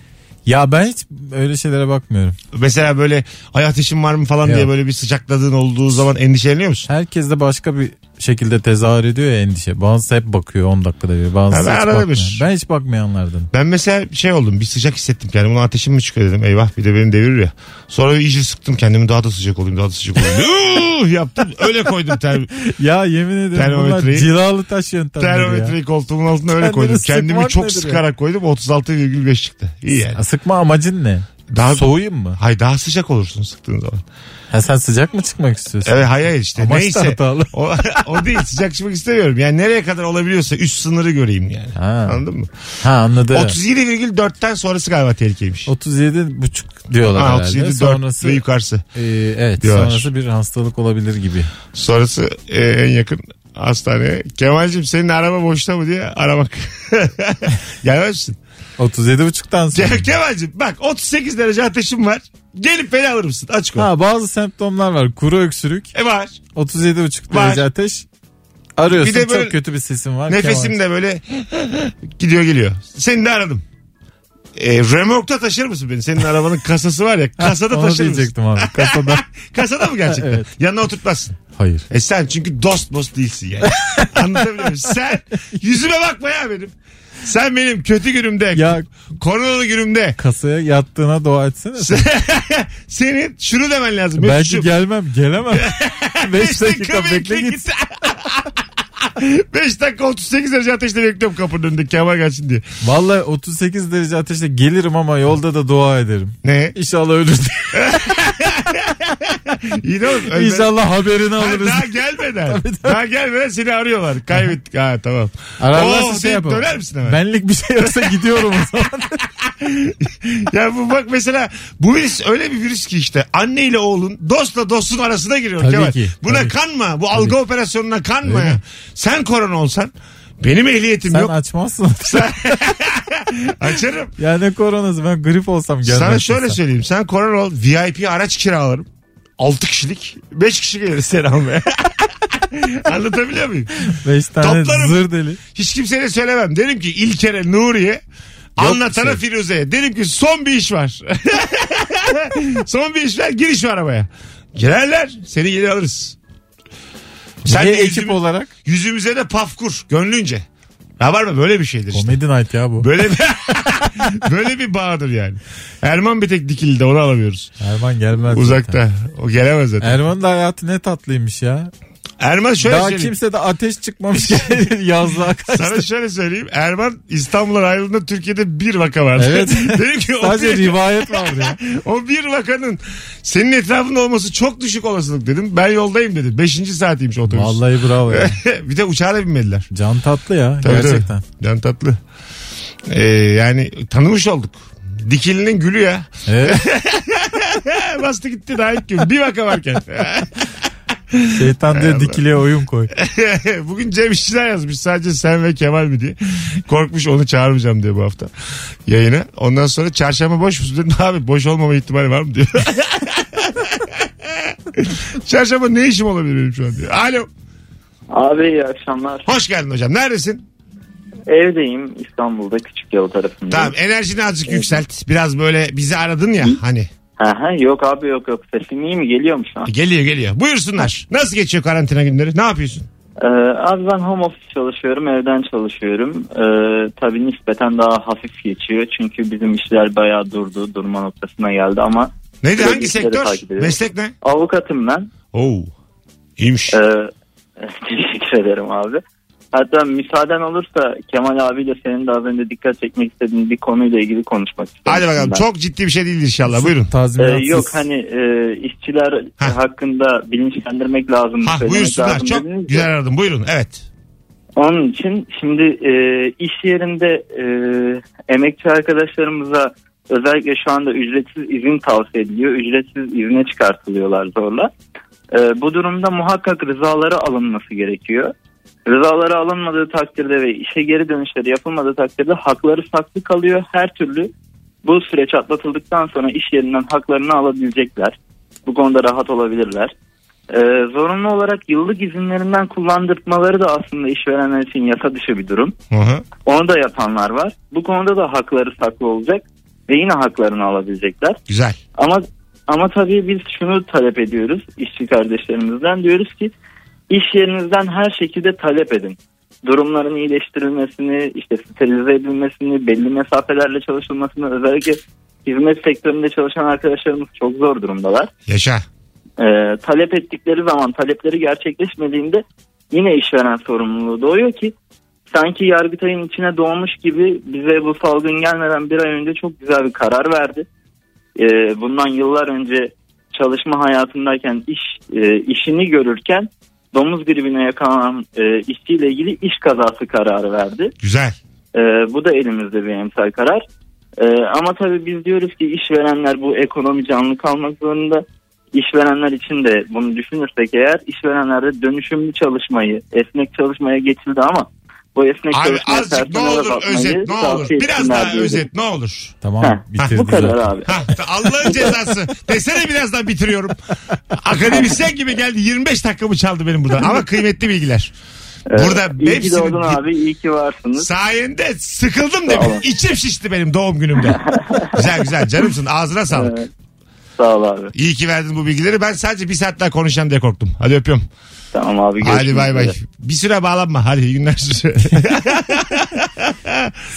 S3: Ya ben hiç öyle şeylere bakmıyorum.
S2: Mesela böyle ay ateşim var mı falan
S3: Yok.
S2: diye böyle bir sıcakladığın olduğu zaman endişeleniyor musun?
S3: Herkes de başka bir şekilde tezahür ediyor ya endişe. Bazısı hep bakıyor 10 dakikada bir.
S2: Ha,
S3: Bazısı
S2: ben
S3: hiç
S2: arada
S3: bakmıyor.
S2: bir.
S3: Ben hiç bakmayanlardan.
S2: Ben mesela şey oldum bir sıcak hissettim kendimi. Ulan ateşim mi çıkıyor dedim. Eyvah bir de benim devirir ya. Sonra bir iyice sıktım kendimi daha da sıcak olayım daha da sıcak olayım. Yuh yaptım öyle koydum ter,
S3: Ya yemin ederim bunlar
S2: Termometreyi-
S3: cilalı taş yöntemleri ya.
S2: termometreyi koltuğumun altına öyle
S3: Kendini
S2: koydum.
S3: sıkmak
S2: Kendimi çok
S3: nedir ya?
S2: sıkarak koydum 36,5 çıktı. İyi yani.
S3: Sıkma amacın ne?
S2: Daha-
S3: Soğuyayım mı?
S2: Hay daha sıcak olursun sıktığın zaman.
S3: Ha, sen sıcak mı çıkmak istiyorsun?
S2: Evet hayır hayır işte
S3: Amaç da
S2: neyse.
S3: hatalı.
S2: O, o değil sıcak çıkmak istemiyorum. Yani nereye kadar olabiliyorsa üst sınırı göreyim yani.
S3: Ha.
S2: Anladın mı?
S3: Ha anladım.
S2: 37,4'ten sonrası galiba tehlikeliymiş.
S3: 37 buçuk diyorlar
S2: Ha,
S3: herhalde.
S2: 37, 4
S3: sonrası
S2: ve yukarısı.
S3: e, evet
S2: diyorlar.
S3: sonrası bir hastalık olabilir gibi.
S2: Sonrası e, en yakın hastaneye. Kemal'cim senin araba boşta mı diye aramak. Gelmez misin?
S3: 37 buçuktan sonra.
S2: Ke- Kemal'cim bak 38 derece ateşim var. Gelip beni alır mısın? Açık ol.
S3: Ha bazı semptomlar var. Kuru öksürük,
S2: E var.
S3: 37 buçuk
S2: Var.
S3: derece ateş. Arıyorsun
S2: Bir de böyle
S3: çok kötü bir sesin var.
S2: Nefesim
S3: Kemal.
S2: de böyle gidiyor geliyor. Seni de aradım. E, remorkta taşır mısın beni? Senin arabanın kasası var ya. Kasada
S3: Onu
S2: taşır mısın?
S3: diyecektim abi. Kasada.
S2: Kasada mı gerçekten?
S3: Evet.
S2: Yanına oturtmazsın.
S3: Hayır.
S2: E sen çünkü dost bost değilsin yani. Anlatabiliyor muyum? Sen yüzüme bakma ya benim. Sen benim kötü günümde,
S3: Ya
S2: koronalı günümde
S3: kasaya yattığına dua etsene.
S2: sen- senin şunu demen lazım.
S3: Belki
S2: Mesut'cum,
S3: gelmem gelemem. 5 dakika bekle git.
S2: 5 dakika 38 derece ateşte bekliyorum kapının önünde. Kemal gelsin diye.
S3: Vallahi 38 derece ateşte gelirim ama yolda da dua ederim.
S2: Ne?
S3: İnşallah ölür.
S2: İyi de oğlum. ölme-
S3: İnşallah haberini
S2: Ha,
S3: alırız.
S2: daha gelmeden. daha gelmeden seni arıyorlar. Kaybettik. Ha tamam.
S3: Ararlarsa
S2: Oo,
S3: şey
S2: deyip
S3: yapalım.
S2: döner misin hemen?
S3: Benlik bir şey yoksa gidiyorum o zaman.
S2: Ya bu bak mesela bu virüs öyle bir virüs ki işte anne ile oğlun dostla dostun arasına giriyor
S3: Tabii
S2: Kemal.
S3: ki,
S2: Buna
S3: tabii.
S2: kanma. Bu algı operasyonuna kanma
S3: Öyle.
S2: ya. Sen korona olsan benim ehliyetim
S3: Sen
S2: yok.
S3: açmazsın.
S2: Açarım.
S3: ya ne koronası ben grip olsam gelmezsin.
S2: Sana şöyle
S3: sen.
S2: söyleyeyim. Sen korona ol VIP araç kiralarım. 6 kişilik 5 kişi gelir seni almaya. Anlatabiliyor muyum?
S3: 5 tane
S2: Toplarım.
S3: zır deli.
S2: Hiç kimseye de söylemem. Derim ki İlker'e Nuri'ye anlatana
S3: şey.
S2: Firuze'ye. Derim ki son bir iş var. son bir iş var giriş var arabaya. Girerler seni geri alırız. Sen
S3: Niye
S2: de
S3: ekip
S2: yüzümü-
S3: olarak?
S2: Yüzümüze de paf kur gönlünce. Ne var mı böyle bir şeydir işte.
S3: Comedy night ya bu.
S2: Böyle bir, böyle bir bağdır yani. Erman bir tek dikildi onu alamıyoruz.
S3: Erman gelmez. zaten.
S2: Uzakta. O gelemez zaten.
S3: Erman'ın da hayatı ne tatlıymış ya.
S2: Erman şöyle
S3: Er- Daha
S2: söyleyeyim.
S3: kimse de ateş çıkmamış yazlığa kaçtı.
S2: Sana şöyle söyleyeyim. Erman İstanbul'dan ayrıldığında Türkiye'de bir vaka vardı.
S3: Evet.
S2: Dedim ki o
S3: Sadece
S2: bir,
S3: rivayet vardı ya.
S2: o bir vakanın senin etrafında olması çok düşük olasılık dedim. Ben yoldayım dedi. Beşinci saatiymiş otobüs.
S3: Vallahi bravo ya.
S2: bir de uçağa da binmediler.
S3: Can tatlı ya
S2: Tabii,
S3: gerçekten.
S2: tabii. Can tatlı. Ee, yani tanımış olduk. Dikilinin gülü ya.
S3: Evet,
S2: Bastı gitti daha ilk gün. Bir vaka varken.
S3: şeytan diyor dikiliye oyun koy.
S2: Bugün Cem İşçiler yazmış sadece sen ve Kemal mi diye. Korkmuş onu çağırmayacağım diye bu hafta yayına. Ondan sonra çarşamba boş musun dedim abi boş olmama ihtimali var mı diyor. Çarşamba ne işim olabilir benim şu an diyor. Alo.
S5: Abi iyi akşamlar.
S2: Hoş geldin hocam. Neredesin?
S5: Evdeyim İstanbul'da Küçükyalı tarafında.
S2: Tamam enerjini azıcık yükselt. Biraz böyle bizi aradın ya hani.
S5: Aha, yok abi yok yok sesim iyi mi geliyor mu şu an?
S2: Geliyor geliyor. Buyursunlar. Nasıl geçiyor karantina günleri? Ne yapıyorsun?
S5: Ee, abi ben home office çalışıyorum evden çalışıyorum. Ee, tabii nispeten daha hafif geçiyor çünkü bizim işler bayağı durdu durma noktasına geldi ama
S2: Neydi
S5: Biraz
S2: hangi
S5: işleri
S2: sektör?
S5: takip ediyorum.
S2: Meslek ne?
S5: avukatım ben.
S2: Oo. İyiymiş.
S5: Ee, teşekkür ederim abi. Hatta müsaaden olursa Kemal abiyle senin de az önce dikkat çekmek istediğin bir konuyla ilgili konuşmak istiyorum.
S2: Hadi bakalım.
S5: Ben.
S2: Çok ciddi bir şey değil inşallah. Buyurun.
S5: Ee,
S3: Tazminatsız.
S5: yok hani e, işçiler
S2: Heh.
S5: hakkında bilinçlendirmek lazım.
S2: Ha
S5: söylemek
S2: buyursunlar.
S5: lazım
S2: Çok
S5: dediniz ya.
S2: güzel aradım. Buyurun. Evet.
S5: Onun için şimdi e, iş yerinde e, emekçi arkadaşlarımıza özellikle şu anda ücretsiz izin tavsiye ediliyor. Ücretsiz izne çıkartılıyorlar zorla. E, bu durumda muhakkak rızaları alınması gerekiyor. Rızaları alınmadığı takdirde ve işe geri dönüşleri yapılmadığı takdirde hakları saklı kalıyor. Her türlü bu süreç atlatıldıktan sonra iş yerinden haklarını alabilecekler. Bu konuda rahat olabilirler. Ee, zorunlu olarak yıllık izinlerinden kullandırtmaları da aslında işverenler için yasa dışı bir durum.
S2: Hı hı.
S5: Onu da yapanlar var. Bu konuda da hakları saklı olacak ve yine haklarını alabilecekler.
S2: Güzel.
S5: Ama ama tabii biz şunu talep ediyoruz işçi kardeşlerimizden diyoruz ki iş yerinizden her şekilde talep edin. Durumların iyileştirilmesini, işte sterilize edilmesini, belli mesafelerle çalışılmasını özellikle hizmet sektöründe çalışan arkadaşlarımız çok zor durumdalar
S2: Yaşa.
S5: e, talep ettikleri zaman talepleri gerçekleşmediğinde yine işveren sorumluluğu doğuyor ki sanki Yargıtay'ın içine doğmuş gibi bize bu salgın gelmeden bir ay önce çok güzel bir karar verdi. E, bundan yıllar önce çalışma hayatındayken iş e, işini görürken domuz gribine yakalanan e, işçiyle ilgili iş kazası kararı verdi.
S2: Güzel.
S5: Ee, bu da elimizde bir emsal karar. Ee, ama tabii biz diyoruz ki işverenler bu ekonomi canlı kalmak zorunda. İşverenler için de bunu düşünürsek eğer işverenler de dönüşümlü çalışmayı, esnek çalışmaya geçildi ama bu esnek
S2: Abi
S5: çalışmaya
S2: azıcık ne
S5: personel
S2: olur
S5: azaltmayı
S2: özet ne olur.
S5: tavsiye
S2: Biraz
S5: etsinler
S2: daha
S5: diyelim.
S2: özet ne olur.
S3: Tamam
S5: Ha,
S3: bitirdi.
S5: Bu kadar
S3: zaten.
S5: abi.
S2: Ha, Allah'ın cezası. Desene birazdan bitiriyorum. Akademisyen gibi geldi. 25 dakikamı çaldı benim burada. Ama kıymetli bilgiler. Burada
S5: iyi ki
S2: hepsini-
S5: doğdun abi, iyi ki varsınız.
S2: Sayende sıkıldım
S5: Sağ
S2: demin.
S5: olun.
S2: İçim şişti benim doğum günümde. güzel güzel canımsın. Ağzına sağlık.
S5: Evet. Sağ ol abi.
S2: İyi ki verdin bu bilgileri. Ben sadece bir saat daha konuşacağım diye korktum. Hadi öpüyorum.
S5: Tamam abi.
S2: Hadi
S5: görüşmek
S2: bay bay.
S5: üzere.
S2: Bir süre bağlanma. Hadi iyi günler.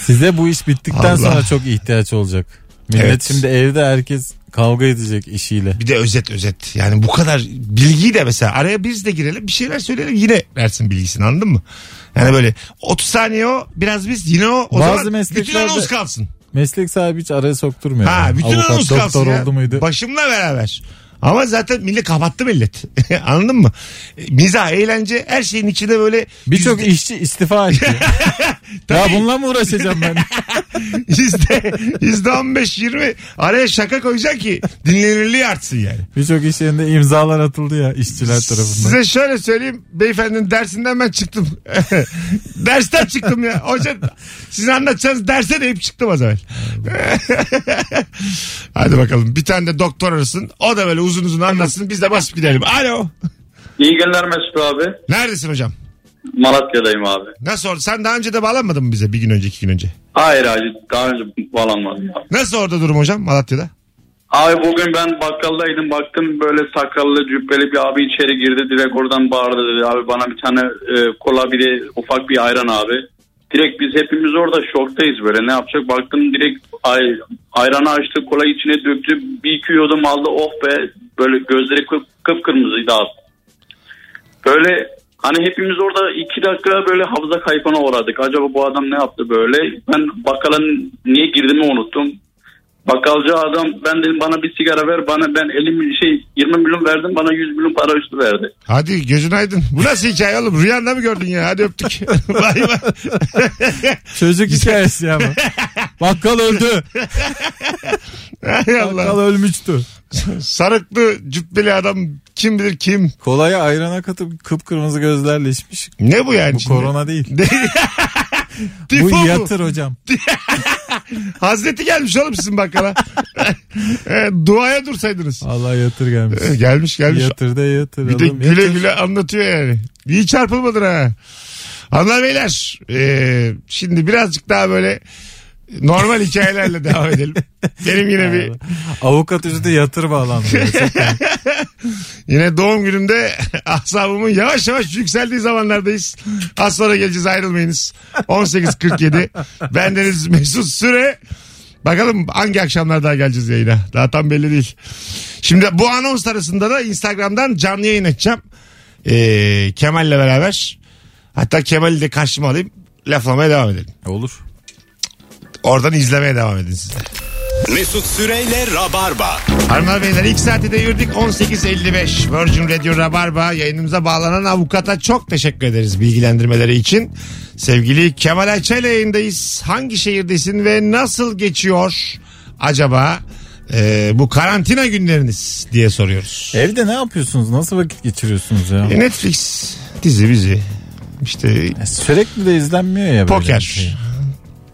S3: Size bu iş bittikten
S2: Allah.
S3: sonra çok ihtiyaç olacak. Millet
S2: Evet.
S3: şimdi evde herkes kavga edecek işiyle.
S2: bir de özet özet. Yani bu kadar bilgiyi de mesela araya biz de girelim bir şeyler söyleyelim yine versin bilgisini anladın mı? Yani böyle 30 saniye o biraz biz yine o. o
S3: Bazı
S2: zaman bütün
S3: mesleklerde-
S2: anons kalsın.
S3: Meslek sahibi hiç araya sokturmuyor.
S2: Ha
S3: yani.
S2: bütün
S3: Avukat
S2: anons kalsın
S3: doktor
S2: ya.
S3: oldu muydu?
S2: Başımla beraber. Ama zaten millet kapattı millet. Anladın mı? E, Mizah, eğlence her şeyin içinde böyle
S3: Birçok
S2: yüzde,
S3: işçi istifa etti. ya bununla mı uğraşacağım ben?
S2: yüzde, yüzde 15-20 araya şaka koyacak ki dinlenirliği artsın yani.
S3: Birçok iş yerinde imzalar atıldı ya işçiler tarafından.
S2: Size şöyle söyleyeyim. Beyefendinin dersinden ben çıktım. Dersten çıktım ya. Hoca siz anlatacağınız derse deyip çıktım az evvel. Hadi bakalım. Bir tane de doktor arasın. O da böyle uzun uzun anlatsın. Biz de basıp gidelim. Alo.
S10: İyi günler Mesut abi.
S2: Neredesin hocam?
S10: Malatya'dayım abi.
S2: Nasıl oldu? Sen daha önce de bağlanmadın mı bize? Bir gün önce, iki gün önce.
S10: Hayır abi daha önce bağlanmadım. abi.
S2: Nasıl orada durum hocam Malatya'da?
S10: Abi bugün ben bakkaldaydım baktım böyle sakallı cübbeli bir abi içeri girdi direkt oradan bağırdı dedi abi bana bir tane e, kola bir de ufak bir ayran abi. Direkt biz hepimiz orada şoktayız böyle ne yapacak baktım direkt ay, ayranı açtı kola içine döktü bir iki yudum aldı oh be böyle gözleri kıp, kıpkırmızıydı abi. Böyle hani hepimiz orada iki dakika böyle hafıza kaybına uğradık. Acaba bu adam ne yaptı böyle? Ben bakkala niye girdiğimi unuttum. Bakkalcı adam ben dedim bana bir sigara ver bana ben 50 milyon şey 20 milyon verdim bana 100 milyon para üstü verdi.
S2: Hadi gözün aydın. Bu nasıl hikaye oğlum? Rüyanda mı gördün ya? Hadi öptük. Bay bay.
S3: Çocuk hikayesi ya bu. Bakkal öldü.
S2: Hay
S3: Bakkal
S2: Allah.
S3: ölmüştü.
S2: Sarıklı cübbeli adam kim bilir kim?
S3: Kolaya ayrana katıp kıpkırmızı gözlerle içmiş.
S2: Ne bu yani?
S3: Bu
S2: şimdi?
S3: korona değil.
S2: Tifo
S3: bu
S2: bu.
S3: yatır hocam.
S2: Hazreti gelmiş oğlum sizin bakkala. E, Duaya dursaydınız.
S3: Allah yatır gelmiş.
S2: E, Gelmiş gelmiş.
S3: Yatır da yatır.
S2: Bir de
S3: oğlum,
S2: güle
S3: yatır.
S2: güle anlatıyor yani. İyi çarpılmadın ha. Hanımlar beyler e, şimdi birazcık daha böyle normal hikayelerle devam edelim. Benim yine bir
S3: Avukat üstü yatır bağlandı.
S2: Yine doğum günümde asabımın yavaş yavaş yükseldiği zamanlardayız. Az sonra geleceğiz ayrılmayınız. 18.47 bendeniz Mesut Süre. Bakalım hangi akşamlar daha geleceğiz yayına. Daha tam belli değil. Şimdi bu anons arasında da Instagram'dan canlı yayın açacağım. Ee, Kemal'le beraber. Hatta Kemal'i de karşıma alayım. Laflamaya devam edelim.
S3: Olur.
S2: Oradan izlemeye devam edin siz de.
S1: Mesut Süreyle Rabarba.
S2: Hanımlar beyler ilk saati de yürüdük 18.55 Virgin Radio Rabarba yayınımıza bağlanan avukata çok teşekkür ederiz bilgilendirmeleri için. Sevgili Kemal Ayça ile yayındayız. Hangi şehirdesin ve nasıl geçiyor acaba e, bu karantina günleriniz diye soruyoruz.
S3: Evde ne yapıyorsunuz? Nasıl vakit geçiriyorsunuz ya?
S2: E, Netflix dizi bizi işte
S3: E, Sürekli de izlenmiyor ya böyle.
S2: Poker.
S3: bir şey.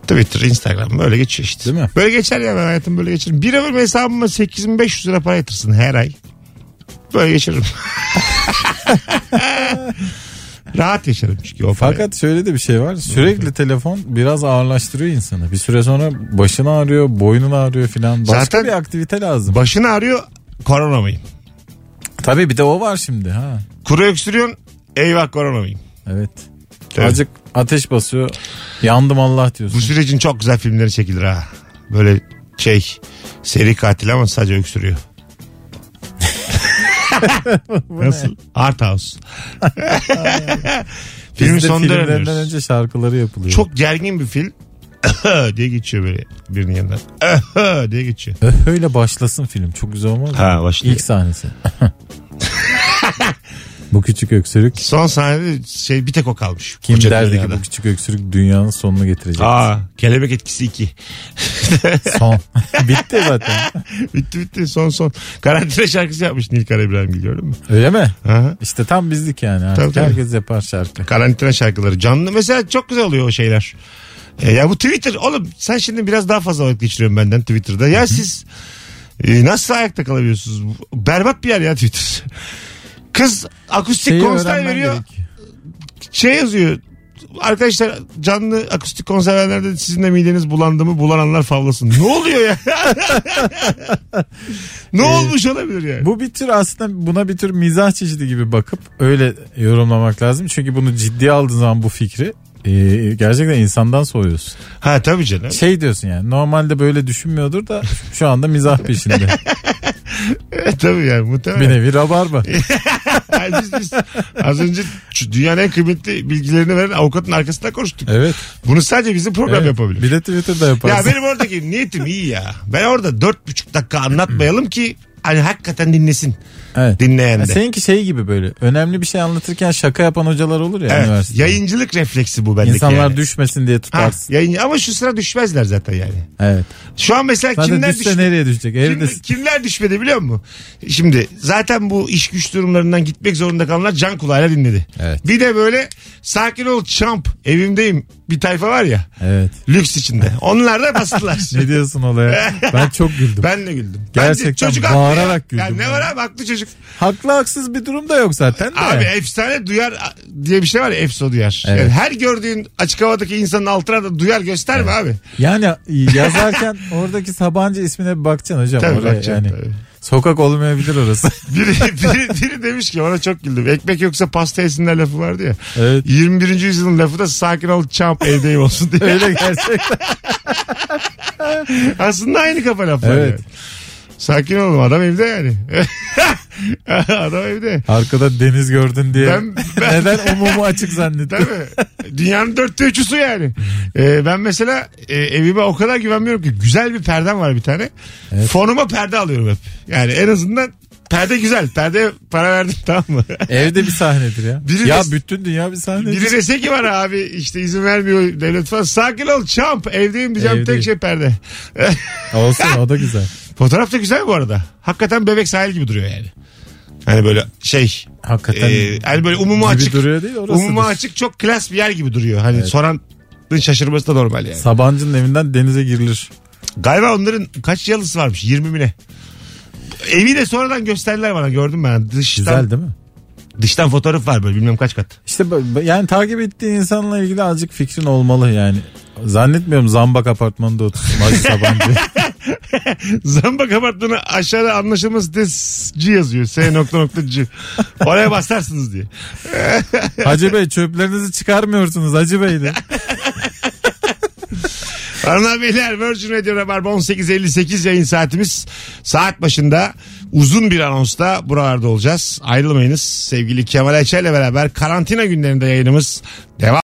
S2: Twitter, Instagram böyle geçiyor işte.
S3: Değil mi?
S2: Böyle geçer ya ben hayatım böyle geçerim. Bir ömür hesabıma 8500 lira para yatırsın her ay. Böyle geçiririm. Rahat yaşarım çünkü o parayı.
S3: Fakat şöyle de bir şey var. Sürekli telefon biraz ağırlaştırıyor insanı. Bir süre sonra başın ağrıyor, boynun ağrıyor filan. Başka
S2: Zaten-
S3: bir aktivite lazım.
S2: Başın ağrıyor korona mıyım?
S3: Tabii bir de o var şimdi ha.
S2: Kuru öksürüyorsun eyvah korona mıyım?
S3: Evet.
S2: Tabii.
S3: Azıcık ateş basıyor. Yandım Allah
S2: Bu
S3: diyorsun.
S2: sürecin çok güzel filmleri çekilir ha. Böyle şey seri katil ama sadece öksürüyor. Nasıl? Art House. Filmin
S3: Bizde
S2: sonunda
S3: filmlerden
S2: öğreniyoruz.
S3: önce şarkıları yapılıyor.
S2: Çok gergin bir film. diye geçiyor böyle birinin yanından. diye geçiyor.
S3: Öh, Öyle başlasın film. Çok güzel olmaz mı?
S2: Ha başlıyor.
S3: İlk sahnesi. bu küçük öksürük
S2: Son sahnede şey bir tek o kalmış.
S3: kim
S2: Koca
S3: derdi
S2: dünyada.
S3: ki bu küçük öksürük dünyanın sonunu getirecek.
S2: Aa, kelebek etkisi 2.
S3: Son. Bitti zaten.
S2: bitti bitti son son. Karantina şarkısı yapmış Nilkara İbrahimgil gördün mü?
S3: Öyle mi?
S2: Aha.
S3: İşte tam bizlik yani. Artık
S2: Tabii, tabii.
S3: herkes yapar şarkı.
S2: Karantina şarkıları canlı mesela çok güzel oluyor o şeyler. E, ya bu Twitter oğlum sen şimdi biraz daha fazla vakit geçiriyorsun benden Twitter'da. Ya siz e, nasıl ayakta kalabiliyorsunuz? Bu- Berbat bir yer ya Twitter. Kız akustik
S3: Şeyi
S2: Şey konser
S3: öğrenmen
S2: veriyor.
S3: gerek.
S2: şey yazıyor. Arkadaşlar canlı akustik konserlerde sizin de mideniz bulandı mı bulananlar favlasın. Ne oluyor ya? ne olmuş olabilir yani?
S3: Ee, Bu bir tür aslında buna bir tür mizah çeşidi gibi bakıp öyle yorumlamak lazım. Çünkü bunu ciddiye aldığın zaman bu fikri e, gerçekten insandan soğuyorsun.
S2: Ha tabii canım.
S3: Şey diyorsun yani normalde böyle düşünmüyordur da şu anda mizah peşinde.
S2: tabii yani muhtemelen.
S3: bir nevi rabarba.
S2: Yani biz, biz az önce şu dünyanın en kıymetli bilgilerini veren avukatın arkasında konuştuk.
S3: Evet.
S2: Bunu sadece bizim program
S3: evet.
S2: yapabilir.
S3: Bir de Twitter'da
S2: Ya
S3: yaparsın.
S2: benim oradaki niyetim iyi ya. Ben orada dört buçuk dakika anlatmayalım ki hani hakikaten dinlesin
S3: evet.
S2: dinleyen de.
S3: Ya seninki şey gibi böyle önemli bir şey anlatırken şaka yapan hocalar olur ya
S2: evet.
S3: üniversitede.
S2: Yayıncılık refleksi bu bendeki
S3: İnsanlar
S2: yani.
S3: düşmesin diye
S2: Ha,
S3: tutarsın.
S2: yayın, ama şu sıra düşmezler zaten yani.
S3: Evet.
S2: Şu an mesela
S3: Zaten
S2: kimler
S3: düşse
S2: düşmedi?
S3: nereye düşecek?
S2: Kim,
S3: Evdesin.
S2: kimler düşmedi biliyor musun? Şimdi zaten bu iş güç durumlarından gitmek zorunda kalanlar can kulağıyla dinledi.
S3: Evet.
S2: Bir de böyle sakin ol champ evimdeyim bir tayfa var ya
S3: Evet.
S2: lüks içinde. Onlar da bastılar.
S3: Ne diyorsun olaya? Ben çok güldüm.
S2: ben de güldüm.
S3: Gerçekten
S2: Bence çocuk haklı
S3: bağırarak
S2: ya.
S3: güldüm
S2: Ya ne
S3: ben.
S2: var abi haklı çocuk.
S3: Haklı haksız bir durum da yok zaten de.
S2: Abi e- efsane duyar diye bir şey var ya efso duyar.
S3: Evet.
S2: Yani her gördüğün açık havadaki insanın altına da duyar gösterme abi.
S3: Yani yazarken oradaki Sabancı ismine bir bakacaksın hocam.
S2: Tabii
S3: oraya
S2: bakacaksın,
S3: yani.
S2: tabii.
S3: Sokak olmayabilir orası.
S2: Biri, biri, biri demiş ki ona çok güldüm. Ekmek yoksa pasta yesinler lafı vardı ya.
S3: Evet.
S2: 21. yüzyılın lafı da sakin ol çamp evdeyim olsun diye.
S3: Öyle gerçekten.
S2: Aslında aynı kafa laflar
S3: Evet.
S2: yani. Sakin olun adam evde yani. adam evde.
S3: Arkada deniz gördün diye.
S2: Ben- ben-
S3: Neden umumu açık
S2: Değil
S3: zannettin?
S2: mi? Dünyanın dörtte üçü su yani. Ee, ben mesela e, evime o kadar güvenmiyorum ki. Güzel bir perdem var bir tane. Fonuma perde alıyorum hep. Yani en azından perde güzel. Perdeye para verdim tamam mı?
S3: Evde bir sahnedir ya.
S2: Biri
S3: ya
S2: de-
S3: bütün dünya bir sahnedir.
S2: Biri dese ki bana abi işte izin vermiyor devlet falan. Sakin ol çamp evdeyim diyeceğim
S3: Evdeyim.
S2: tek şey perde.
S3: Olsun o da güzel.
S2: Fotoğraf da güzel bu arada. Hakikaten bebek sahil gibi duruyor yani. Hani böyle şey.
S3: Hakikaten.
S2: E, hani böyle umumu
S3: gibi
S2: açık.
S3: duruyor değil orası.
S2: Umuma açık çok klas bir yer gibi duruyor. Hani soran aklın şaşırması da normal yani.
S3: Sabancı'nın evinden denize girilir.
S2: Galiba onların kaç yalısı varmış 20 bine. Evi de sonradan gösterdiler bana gördüm ben. Dıştan,
S3: Güzel değil mi?
S2: dıştan fotoğraf var böyle bilmem kaç kat.
S3: İşte bu- bu- yani takip ettiğin insanla ilgili azıcık fikrin olmalı yani. Zannetmiyorum Zambak apartmanında otursun Hacı Sabancı.
S2: Zambak apartmanı aşağıda anlaşılma sitesi yazıyor. S nokta nokta C. Oraya basarsınız diye.
S3: Hacı Bey çöplerinizi çıkarmıyorsunuz Hacı Bey de.
S2: Hanımlar beyler Virgin Radio Rabarba 18.58 yayın saatimiz. Saat başında uzun bir anonsta buralarda olacağız. Ayrılmayınız. Sevgili Kemal Ayça ile beraber karantina günlerinde yayınımız devam.